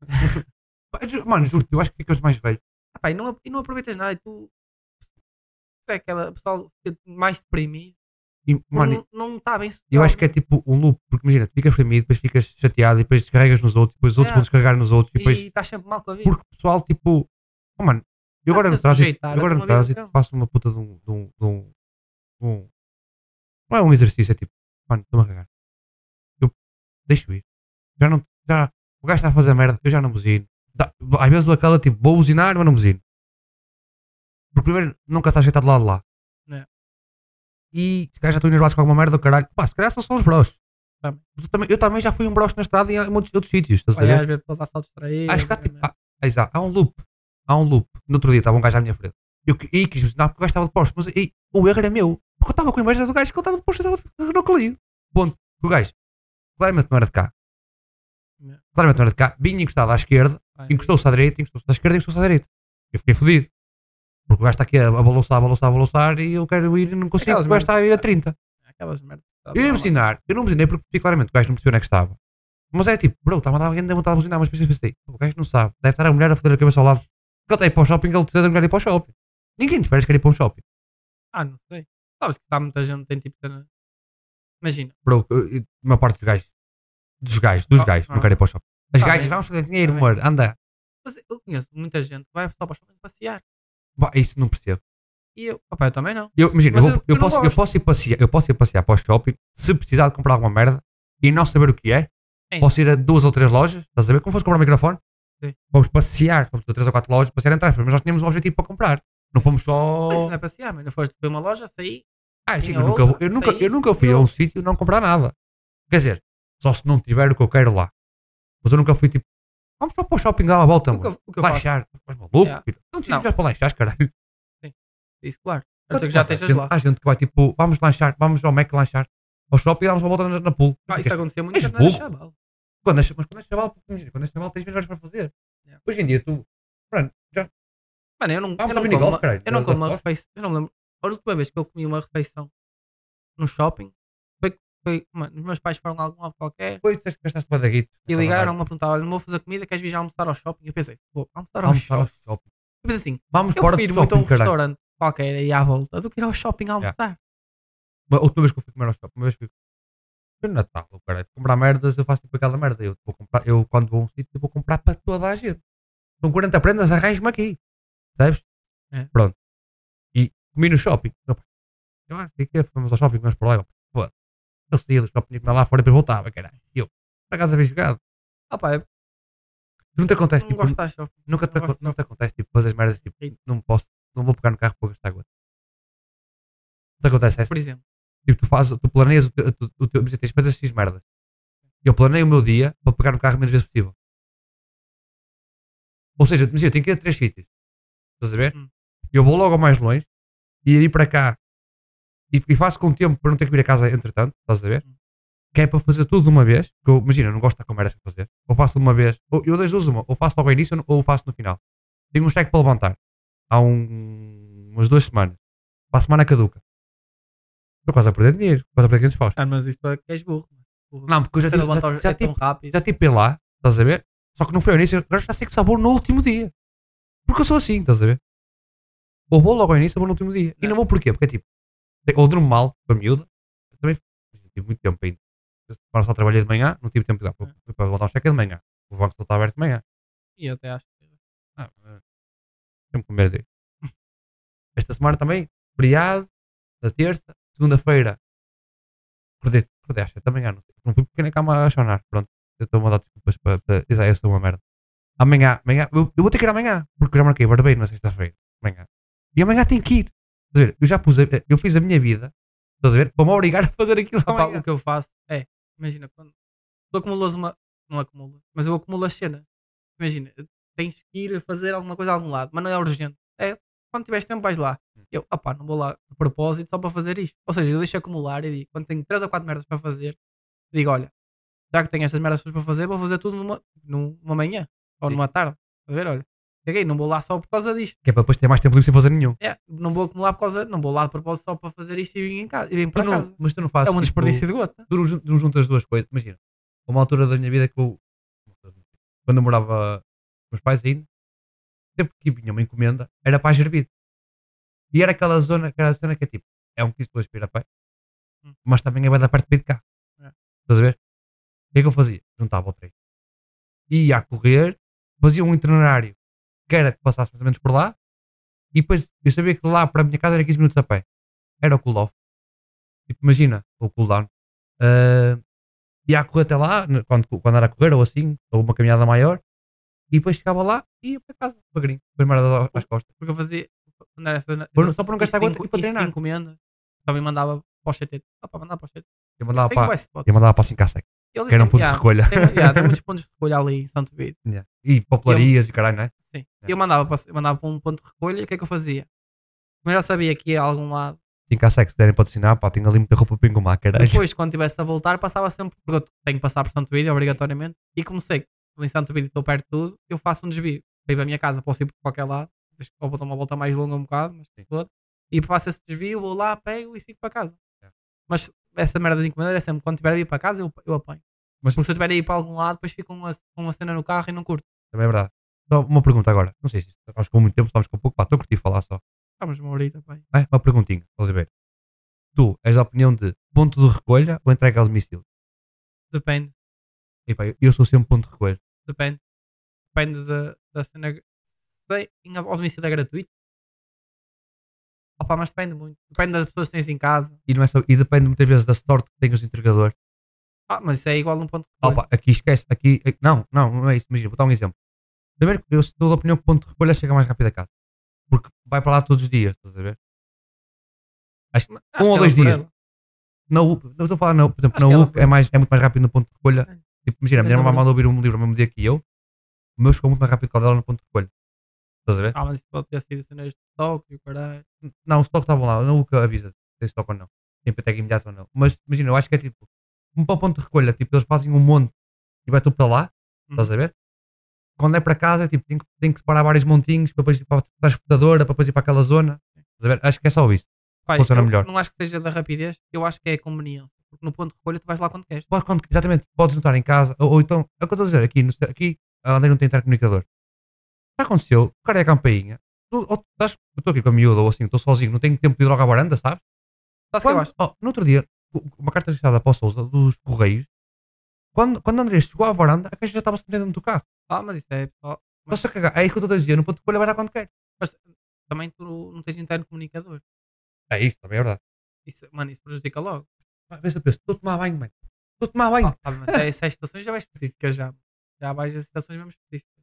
cedo. Pá, eu ju- Mano, juro-te, eu acho que ficas mais velho.
Ah, pá, e, não, e não aproveitas nada. E tu é aquela pessoa fica mais deprimido.
E, mano,
porque não não está bem
eu
social,
acho que é tipo um loop, porque imagina, tu ficas deprimido, depois ficas chateado, e depois descarregas nos outros, depois os outros
Yeah.
vão descarregar nos outros, e depois.
É. E estás sempre mal com a vida.
Porque o pessoal, tipo. Oh, mano, eu agora no
Estás-te a
trânsito,
sujeitar
eu
a
agora
tua
no trânsito
obrigação.
faço uma puta de um. De um, de um, de um- não é um exercício, é tipo, mano, estou-me a cagar. Eu deixo ir. Já não. Já, o gajo está a fazer merda, eu já não buzino. Dá- às vezes dou aquela tipo, vou buzinar, mas não buzino. Porque primeiro nunca está ajeitado do lado de lá.
É.
E se calhar já estou enervado com alguma merda, do caralho. Pá, se calhar são só os bros.
Também.
Eu também, eu também já fui um broche na estrada e em muitos outros sítios, estás a ver?
Olha, às vezes estás só distraído.
Acho que há tipo. Há, ah, exato, há um loop. Há um loop. No outro dia estava um gajo à minha frente. Eu, que- e quis buzinar porque o gajo estava de Porsche. Mas e, o erro era meu. Porque eu estava com a imagem do gajo que ele estava de Porsche e estava de Renault Clio. Ponto. O gajo claramente não era de cá.
Não.
Claramente não era de cá. Vinha encostado à esquerda,
Vai,
encostou-se à direita, encostou-se à esquerda, encostou-se à direita. Eu fiquei fodido. Porque o gajo está aqui a, a balançar, a balançar, a balançar e eu quero ir e não consigo.
Aquelas
o gajo está a ir
merdas.
a 30.
é Aquelas merdas.
Eu ia
Não,
buzinar, eu não buzinei porque percebi claramente que o gajo não percebeu onde é que estava. Mas é tipo, bro, estava a dar alguém deu vontade de buzinar, mas depois pensei, o gajo não sabe, deve estar a mulher a foder a cabeça ao lado. Porque ele está a ir para o shopping, ele precisa da mulher ir para o shopping. Ninguém te parece que quer ir para um shopping.
Ah, não sei. Sabes que está muita gente, tem tipo. cena- Imagina.
Bro, eu- eu- a maior parte dos gajos, dos gajos, dos
Ah,
gajos,
ah.
não querem ir para o shopping. As
Tá
gajas,
bem.
vamos fazer dinheiro,
Tá bem.
amor, anda.
Mas eu conheço muita gente que vai só para o shopping passear.
Bah, isso não percebo.
E eu, opa, eu também não.
Eu, imagina,
Mas
eu, vou-
eu-
eu
eu não
posso, eu,
gosto.
posso ir passear, eu posso ir passear para o shopping se precisar de comprar alguma merda e não saber o que é.
Sim.
Posso ir a duas ou três lojas, estás a ver? Como fosse comprar um microfone?
Sim.
Vamos passear, vamos a três ou quatro lojas, passear em trás, mas nós tínhamos um objetivo para comprar. Não fomos
Mas isso
só.
não é passear, mano. Eu foste para uma loja, saí.
Ah, sim,
tinha
eu, nunca,
outra,
vou- eu, nunca,
saí,
eu nunca fui a
eu-
um sítio não comprar nada. Quer dizer, só se não tiver o que eu quero lá. Mas eu nunca fui tipo. Vamos só para o shopping dar uma volta,
o que
mano.
eu- o que eu faço?
Baixar. Mas maluco,
Yeah.
filho. Não tinha
Não.
já para lanchar, caralho.
Isso, claro. A não ser que já estejas
Tem-
lá.
Há gente que vai tipo, vamos lanchar, vamos ao Mac lanchar. Ao shopping e damos uma volta na, na pool.
Ah, isso acontecia muito
és
quando era
burro.
chaval.
quando és, mas quando és chaval, imagina, quando és chaval tens mais horas para fazer.
Yeah.
Hoje em dia tu, mano, já
Mano, eu não,
Vamos
eu
ao
não
Ah, minigolf,
como uma,
caralho.
eu não
Da-
como
da
uma
Foz.
refeição. Eu não me lembro. A última vez que eu comi uma refeição no shopping foi. foi mano, os meus pais foram a algum lado qualquer
depois disseste que gastaste para guito.
e ligaram-me a perguntar: olha, não vou fazer comida, queres vir já almoçar ao shopping? Eu pensei: vou almoçar ao
Vamos para o
shopping.
shopping.
Eu pensei assim:
Vamos
eu
fora do
prefiro muito a um
shopping, caralho.
restaurante qualquer aí à volta do que ir ao shopping almoçar.
Uma- A última vez que eu fui comer ao shopping, uma vez que eu foi no Natal, eu, caralho. Comprar merdas, eu faço tipo aquela merda. Eu, vou comprar, eu quando vou a um sítio, eu vou comprar para toda a gente. São 40 prendas, arranjo-me aqui. Sabes?
É.
Pronto. E comi no shopping. Meu pai, Eu acho que é, fomos ao shopping, mas problema. Pô, eu saía do shopping e ia lá fora e depois voltava, caralho. E eu, para casa bem jogado.
Ah, pá, eu
Não te acontece,
não
É tipo,
gosto de estar shopping.
Nunca te,
Não
aco-
gosto,
nunca te acontece tipo, fazer merdas tipo,
Sim.
não posso, não vou pegar no carro para gastar água. Não te acontece essa?
Por exemplo,
Tipo, tu, fazes, tu planeias o teu, tu- o teu imagina, tens de fazer X merdas. Eu planeio o meu dia para pegar no carro o menos vezes possível. Ou seja, imagina, eu tenho que ir a três sítios. Estás a ver?
Hum.
Eu vou logo ao mais longe e ir para cá e, e faço com tempo para não ter que vir a casa entretanto. Estás a ver?
Hum.
Que é para fazer tudo de uma vez. Que eu, imagina, eu não gosto de estar com merdas para fazer. Ou faço de uma vez. Ou, eu das duas uma. Ou faço logo ao início ou faço no final. Tenho um cheque para levantar. Há um, umas duas semanas. Para a semana caduca. Estou quase a perder dinheiro. Quase a perder 500 paus.
Ah, mas isso é que és burro. mano. Burro.
Não, porque eu já
Você
tive-
levanta
já-
os-
já
é tão rápido.
Já tipei lá, estás a ver? Só que não foi ao início, agora já sei que só vou no último dia. Porque eu sou assim, estás a ver? Ou vou logo ao início ou vou no último dia. E não vou porquê? Porque é tipo, ou durmo mal com a miúda, eu também tive muito tempo ainda. Eu Agora só trabalhei de manhã, não tive tempo de dar. Fui fui para voltar um cheque de manhã. O banco só está aberto de manhã.
E até acho que.
Ah, sempre comer dele. Esta semana também, feriado, da terça, segunda-feira. Acordei, acordei às 7 da manhã, não, sei, não fui porque na cama a chorar. Pronto, eu estou a mandar desculpas para, para dizer, ah, eu sou uma merda. Amanhã, amanhã, eu, eu vou ter que ir amanhã, porque eu já marquei barbeiro na sexta-feira, amanhã. E amanhã tenho que ir. Estás a ver? Eu já pus, a, eu fiz a minha vida, estás a ver? Para me obrigar a fazer aquilo
Opa,
amanhã.
o que eu faço é, imagina, quando tu acumulas uma. Não acumulas, mas eu acumulo as cenas. Imagina, tens que ir fazer alguma coisa a algum lado, mas não é urgente. É, quando tiveres tempo, vais lá.
Hum.
Eu, opá, não vou lá de propósito só para fazer isto. Ou seja, eu deixo acumular e digo, quando tenho 3 ou 4 merdas para fazer, digo, olha, já que tenho estas merdas todas para fazer, vou fazer tudo numa, numa manhã ou
Sim.
numa tarde. Estás a ver, olha, cheguei, não vou lá só por causa disto.
Que é para depois ter mais tempo livre sem fazer nenhum.
É, não vou acumular por causa, não vou lá de propósito só para fazer isto e vim em casa. E vim
Tu
para
não,
casa.
mas tu não fazes
É um
tipo,
desperdício de gota.
tu não jun- não juntas as duas coisas. Imagina, há uma altura da minha vida que eu, quando eu morava com os meus pais ainda, sempre que vinha uma encomenda, era para a Gervide. E era aquela zona, aquela cena que é tipo, é um piso de aspirar pai,
Hum.
mas também é bem da parte de vir de cá.
É.
Estás a ver? O que é que eu fazia? Juntava o três. Ia a correr, fazia um itinerário que era que passasse mais ou menos por lá, e depois eu sabia que lá para a minha casa era 15 minutos a pé. Era o cool-off. Tipo, imagina, o cool-down. Ah, ia a correr até lá, n- quando, quando era a correr ou assim, ou uma caminhada maior, e depois chegava lá e ia para casa, devagarinho, depois merda às costas.
Porque eu fazia. Quando era essa,
Por- só para não gastar
isso de
aguento
enco-
e para
isso de
treinar.
encomenda, também mandava para o CT. Dá para mandar para o CT.
Eu mandava
Tem
para,
bué spot.
eu mandava para 5 a 7,
Ele
que era um
tem-
ponto de
yeah,
recolha.
Tem, yeah, tem muitos pontos de recolha ali em Santo Vito.
Yeah. E papelarias e caralho, não é?
Sim.
Yeah.
E Eu mandava para, eu mandava para um ponto de recolha e o que é que eu fazia? Como eu já sabia que ia a algum lado.
5 a 7, se derem patrocinar, pá, tenho ali muita roupa para engomar, caralho.
Depois, quando estivesse a voltar, passava sempre. Porque eu tenho que passar por Santo Vídeo, obrigatoriamente. E comecei. Em Santo Vídeo estou perto de tudo. Eu faço um desvio. Para ir para a minha casa, posso ir por qualquer lado. deixo- Ou vou dar uma volta mais longa um bocado, mas
Sim.
todo. E faço esse desvio, vou lá, pego e sigo para casa.
É.
Mas essa merda de encomenda é sempre quando tiver a ir para casa, eu, eu apanho.
Mas-
Porque se eu tiver a ir para algum lado, depois fico com uma, com uma cena no carro e não curto.
Também é verdade. Só uma pergunta agora. Não sei se estamos com muito tempo, estamos com pouco, pá, estou a curtir falar só.
Vamos, Maurita, pai.
É? Uma perguntinha, estás a ver? Tu és da opinião de ponto de recolha ou entrega ao domicílio?
Depende.
E pá, eu- eu sou sempre ponto de recolha.
Depende. Depende da, da cena. Se em ao domicílio é gratuito. Opa, mas depende muito. Depende das pessoas que tens em casa.
E, não é só, e depende muitas vezes da sorte que têm os entregadores.
Ah, mas isso é igual num ponto de recolha.
Opa, aqui esquece, aqui, aqui- não, não, não é isso, imagina, vou dar um exemplo. Primeiro, eu sou da opinião que o ponto de recolha chega mais rápido a casa, porque vai para lá todos os dias, estás a ver?
Acho
um ou
que
dois
é por
dias.
ela.
Na UP, não estou a falar, na, UP, por exemplo,
Acho que
na
ela-
UP é, mais, é muito mais rápido no ponto de recolha. Tipo, imagina, a minha
É
irmã
verdade.
manda ouvir um livro no mesmo dia que eu, o meu chegou muito mais rápido que o dela no ponto de recolha, estás a ver?
Ah, mas isso pode ter sido cenas de toque e o caralho.
Não, os toques estavam lá, não o que avisa se tem toque ou não. Tem peteca imediato ou não. Mas imagina, eu acho que é tipo, um para o ponto de recolha, tipo, eles fazem um monte e vai tudo para lá,
Uhum.
estás a ver? Quando é para casa, tipo, tem que, tem que separar vários montinhos para depois ir para a transportadora, para depois ir para aquela zona. Estás a ver? Acho que é só isso.
Pai,
Funciona
eu
melhor.
Não acho que seja da rapidez, eu acho que é a conveniência. Porque no ponto de recolha tu vais lá quando queres.
Pode- quando- exatamente, podes juntar em casa, ou, ou então, é o que eu estou a dizer, aqui, no, aqui a André não tem intercomunicador. Já aconteceu, o cara é a campainha, tu, ou, tu estás, eu estou aqui com a miúda, ou assim, estou sozinho, não tenho tempo de ir logo à baranda, sabes?
Sabes o que eu
Quando-
acho?
oh, no outro dia, u- uma carta registrada para o Souza, dos Correios, quando, quando André chegou à varanda, a caixa já estava dentro do carro.
Ah, mas isso é pessoal.
Mas só cagar, é isso que eu estou a dizer, no ponto de recolha vai lá quando quer.
Mas também tu não tens interno comunicador.
É isso, também é verdade.
Isso, mano, isso prejudica logo.
Às vezes eu penso, estou a tomar banho, mano. Estou a tomar banho.
Ah, tá, mas é, se é situações já vais específicas já. Já vais a situações mesmo específicas.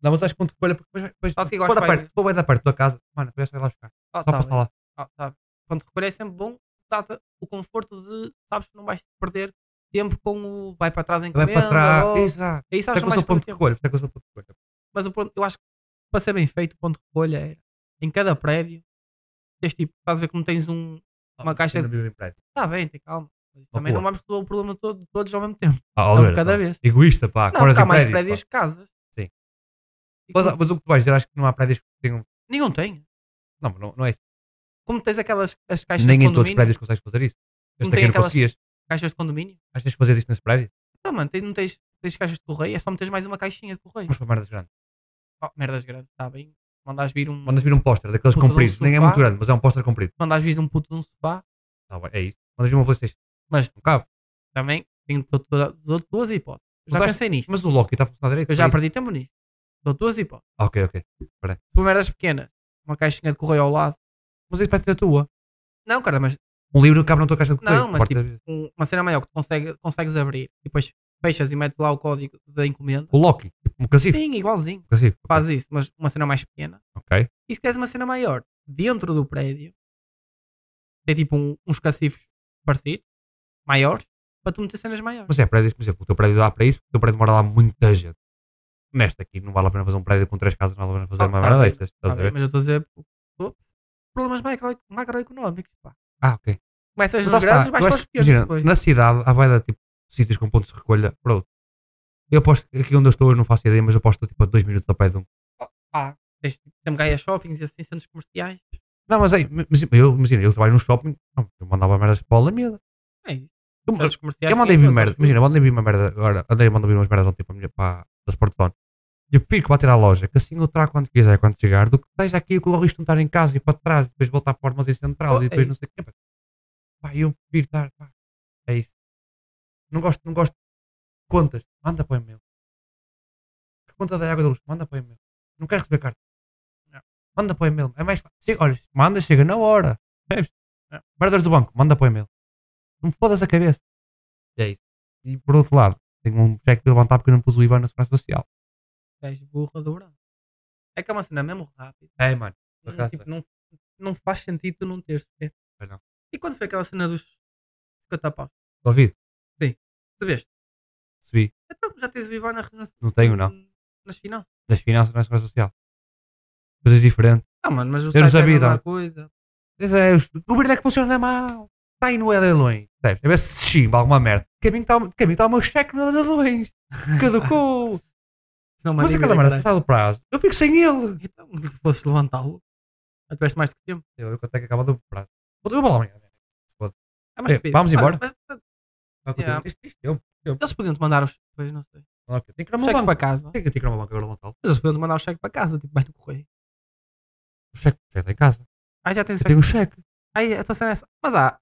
Dá vontade de ponto de recolha, porque depois, depois
Sabes que eu
for
gosto
da
bem-
perto, for bem da perto da tua casa, mano, depois vais lá buscar.
Ah,
Só
tá
passar
bem.
lá.
Ah, tá. Ponto de recolha é sempre bom. Dá-te o conforto de sabes que não vais perder tempo com o vai para trás em
Vai é para trás.
oh.
Exato.
Aí sabes que não
Até que eu
vais
sou ponto
perder
de
tempo.
recolha. Até que eu sou ponto de recolha.
Mas o ponto, eu acho que para ser bem feito, o ponto de recolha era em cada prédio. Tens tipo, estás a ver como tens um. Uma
Ah,
caixa
eu não
de-
vivo em prédio.
Está bem, tem calma. Mas
Uma
também não
rua.
vamos resolver o problema todo, todos ao mesmo tempo.
Ah,
de
Oliveira,
cada
pá.
vez.
Egoísta, é pá.
Não,
Agora
porque há
tem
mais
prédios.
prédios
pá.
que casas.
Sim. Mas, mas o que tu vais dizer, acho que não há prédios que tenham.
Nenhum tem.
Não, não, não é isso.
Como tens aquelas as caixas
Nem
de
em todos
condomínio.
os prédios consegues fazer isso.
Não
Este
tem
aqui não
aquelas-
conseguias.
Caixas de condomínio.
Acho que tens que fazer isso é nesse prédio.
Ah, mano, tens, não tens, tens caixas de correio, é só meteres mais uma caixinha de correio.
Vamos um para merdas grandes.
Oh, merdas grandes, está bem. Mandas vir um.
Mandas vir um póster daqueles
Puta,
compridos.
um
Nem é
sofá.
muito grande, mas é um póster comprido.
Mandas vir um puto de um sofá.
Tá bem, é isso. Mandas vir uma Playstation.
Mas-
Um cabo.
Também tenho dou- dou- dou duas hipóteses. Eu já
Mas acho-
pensei nisto.
Mas o Loki está a funcionar direito.
Eu já
é isso?
perdi tempo nisto. Dou duas hipóteses.
Ah, Ok, ok.
Tu merdas pequenas, uma caixinha de correio ao lado.
Mas isso vai ser a tua.
Não, cara, mas
Um livro cabe na tua caixa de correio.
Não, mas
Porta-
um- uma cena maior que tu consegue, consegues abrir e depois fechas e metes lá o código da encomenda.
O Loki. Um cacifo.
Sim, igualzinho.
Um cacifo.
Faz isso, mas uma cena mais pequena.
Ok.
E se queres uma cena maior, dentro do prédio, tem tipo um- uns cacifos parecidos, maiores, para tu meter cenas maiores.
Mas é prédios, por exemplo, o teu prédio dá para isso, porque o teu prédio mora lá muita gente. Nesta aqui não vale a pena fazer um prédio com três casas, não vale a pena fazer
Ah,
uma
tá
merda
bem,
destas. Estás
Tá
a
bem,
ver?
mas eu estou a dizer ops, problemas macro- macroeconómicos. Pá.
Ah, ok.
Começas
Mas lá
nos
está,
grandes, vais
eu
para
acho-
os pequenos
imagina, é-
depois.
na cidade há vai dar tipo sítios com pontos de recolha para outro. Eu aposto que aqui onde eu estou eu não faço ideia, mas eu aposto tipo a dois minutos a pé de um.
Pá, tens tipo, sempre ganha shoppings e assim, centros comerciais.
Não, mas aí, mas eu imagina, eu trabalho num shopping, não, eu mandava merdas para o Alameda.
É isso.
Eu,
Centros comerciais.
eu
sim,
mandei vir
todos
é merda,
os-
imagina, eu mandei vir uma merda agora, andei mandando vir umas merdas ontem para a minha para a Sportzone. E eu prefiro que vá ter à loja, que assim eu trago quando quiser, quando chegar, do que esteja aqui com o risco de não estar em casa e para trás, e depois voltar para o armazém central
Oh,
e
é
depois
isso.
não sei o quê. Pá, eu prefiro estar, pá, é isso. Não gosto, não gosto. Contas, manda para o e-mail. Que conta da água da luz, manda para o e-mail. Não quero receber carta.
Não.
Manda para o e-mail, é mais fácil. Chega, olha, manda, chega na hora. Percebes?
Não.
Merdas do banco, manda para o e-mail. Não me fodas a cabeça. É isso. E por outro lado, tenho um cheque de levantar porque eu não pus o IBAN na segurança social.
És burra do branco. É que é uma cena mesmo rápida.
É, mano. Por
Não,
acaso
tipo,
é.
não, não faz sentido tu não teres. de ter.
Pois não.
E quando foi aquela cena dos 50 paus?
Ouvido?
Sabeste?
Recebi.
Então já tens o Vivar na nas-
Não tenho, não.
Nas finanças.
Das finanças na segurança social. Coisas diferentes.
Ah, mano, mas o
não
site é a
sabia,
mesma
tá.
coisa.
Mas é, o governo é que funciona mal. Está aí no leilões. Percebes? A ver se chimba alguma merda. De Caminho está caminho tá o meu cheque no leilões. Caducou.
Senão,
Mas aquela merda passado o prazo. Eu fico sem ele.
é Então, se fosses levantá-lo, já tiveste mais do que tempo.
Eu ver quanto é que acaba do prazo. Vou eu vou lá amanhã.
É mais
É,
rápido.
vamos embora?
Mas, mas,
Vai com
Yeah.
Deus. Isto- isto é um-
eles podiam-te mandar os. Pois não sei.
Ah, ok. Tem que ir ao meu
Cheque para
banco.
casa.
Tem que ir ao meu banco agora levantá-lo.
Mas eles podiam-te mandar o cheque para casa, tipo, vai no correio.
O cheque já está em casa.
Ah, já tens o
Eu
cheque.
tenho um cheque.
Ai, a tua cena é essa. Mas há.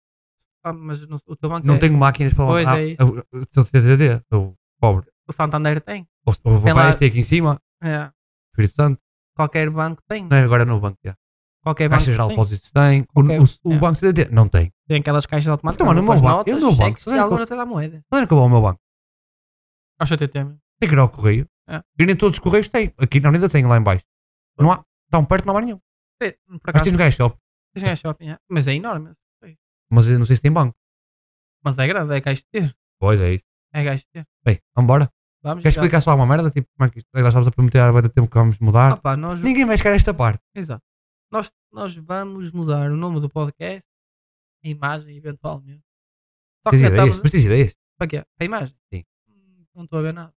Ah, mas não- o teu banco.
Não
é-
tenho máquinas para
Pois
lavar.
é isso.
eu- eu- Estou a dizer, estou pobre.
O Santander tem.
Ou se- ou O
Tem lá-
rapaz tem aqui em cima,
É.
Espírito Santo,
Qualquer banco tem.
não é agora no banco. Já.
Qualquer É banco
Caixa Geral de
tem.
Depósitos tem, o,
Ok,
o- o
é.
Banco CDT não tem.
Tem aquelas caixas automáticas.
Então, mano,
onde
o meu
pões
banco-
notas,
eu no banco,
cheques
só
E
tenho
alguma
co-
até dá moeda.
Não acabou o meu banco.
Acho até mesmo.
Tem que ir ao correio.
É.
E nem todos os correios têm. Aqui na ainda tem lá em baixo. Não há, tão perto não há nenhum.
É, Por
Mas tipo-
acaso,
tem no Gaia Shop.
tens um shopping, é. mas é enorme.
Mas eu não sei se tem banco.
Mas é grande, é gajo de ter.
Pois é isso.
É gajo de ter.
Bem, vambora.
Vamos
Queres
já.
explicar só uma merda? Tipo, como é que isto? Nós estamos a prometer há muito tempo que vamos mudar.
Ah, pá, nós,
Ninguém vai chegar a esta parte.
exato. Nós, nós vamos mudar o nome do podcast, a imagem, eventualmente. Só que
Tens
já
ideias?
estamos.
Mas tens ideias?
Para quê? A imagem?
Sim.
Hum, Não estou a ver nada.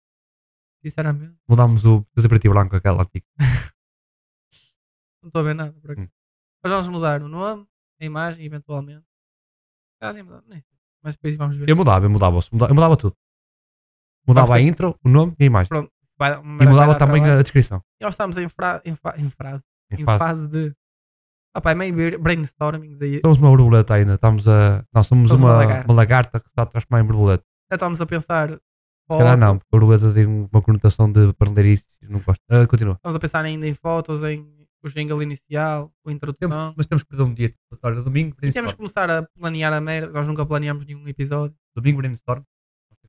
Sinceramente,
Mudámos o fazer preto e branco, aquela antiga.
não estou a ver nada. Por acaso.
Hum.
Mas vamos mudar o nome, a imagem, eventualmente. Ah, nem mudar, nem sei. Mas depois vamos ver.
Eu mudava, eu mudava, eu mudava, eu mudava tudo. Mudava a
Gostei.
intro, o nome e a imagem.
Pronto. Vai, dar-
E
vai
mudava
dar
também
trabalho.
a descrição.
E nós estamos em, fra... em, fa... em frase.
Em
em
fase.
fase de. Ah, pá, é meio bra- brainstorming. Daí
Somos uma borboleta ainda, estamos a. Nós somos
Somos
uma,
uma
uma lagarta.
lagarta.
que está a transformar em borboleta.
já estávamos a pensar.
Se calhar
foto,
não, porque a borboleta tem uma conotação de perder isso, não gosto. Ah, continua.
Estávamos a pensar ainda em fotos, em o jingle inicial, a introdução.
mas temos que dar um dia, tipo, olha, domingo,
E temos que começar a planear a merda. Nós nunca planeamos nenhum episódio.
domingo brainstorm.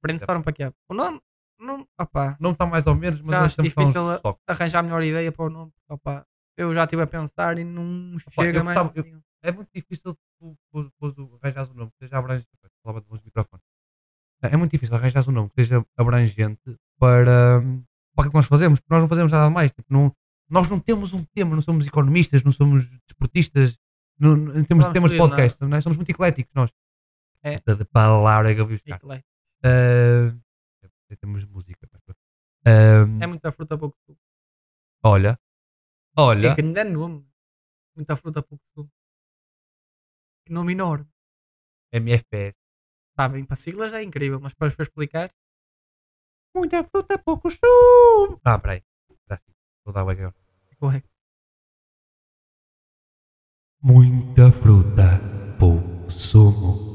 Brainstorm para quê? O nome. Não, opá,
Não está mais ou menos, mas
Já
nós
acho
estamos só uns
difícil a-
toques.
arranjar a melhor ideia para o nome. Opá, eu já estive a pensar e não
Opá,
chega
eu
mais.
gostava- eu-
nenhum.
É muito difícil tu tu- tu- tu arranjares um nome que seja abrangente. Falava de uns microfones. É muito difícil arranjares um nome que seja abrangente para, para aquilo que nós fazemos. porque Nós não fazemos nada mais. Tipo, não, nós não temos um tema, não somos economistas, não somos desportistas, não, não temos
Não
temas
estudamos
de podcast. Nós somos muito ecléticos nós.
É.
Puta de palavra que eu vi buscar.
Eclético.
Ah, temos música. mas pronto. Ah,
É muita fruta pouco suco.
Olha. Olha.
É que ainda é nome. Muita fruta, pouco sumo. Que nome enorme.
MFPS.
Sabem, para siglas é incrível, mas para vos explicar,
Muita fruta, pouco sumo. Ah, peraí. Tá. Vou dar o background.
é correto.
Muita fruta, pouco sumo.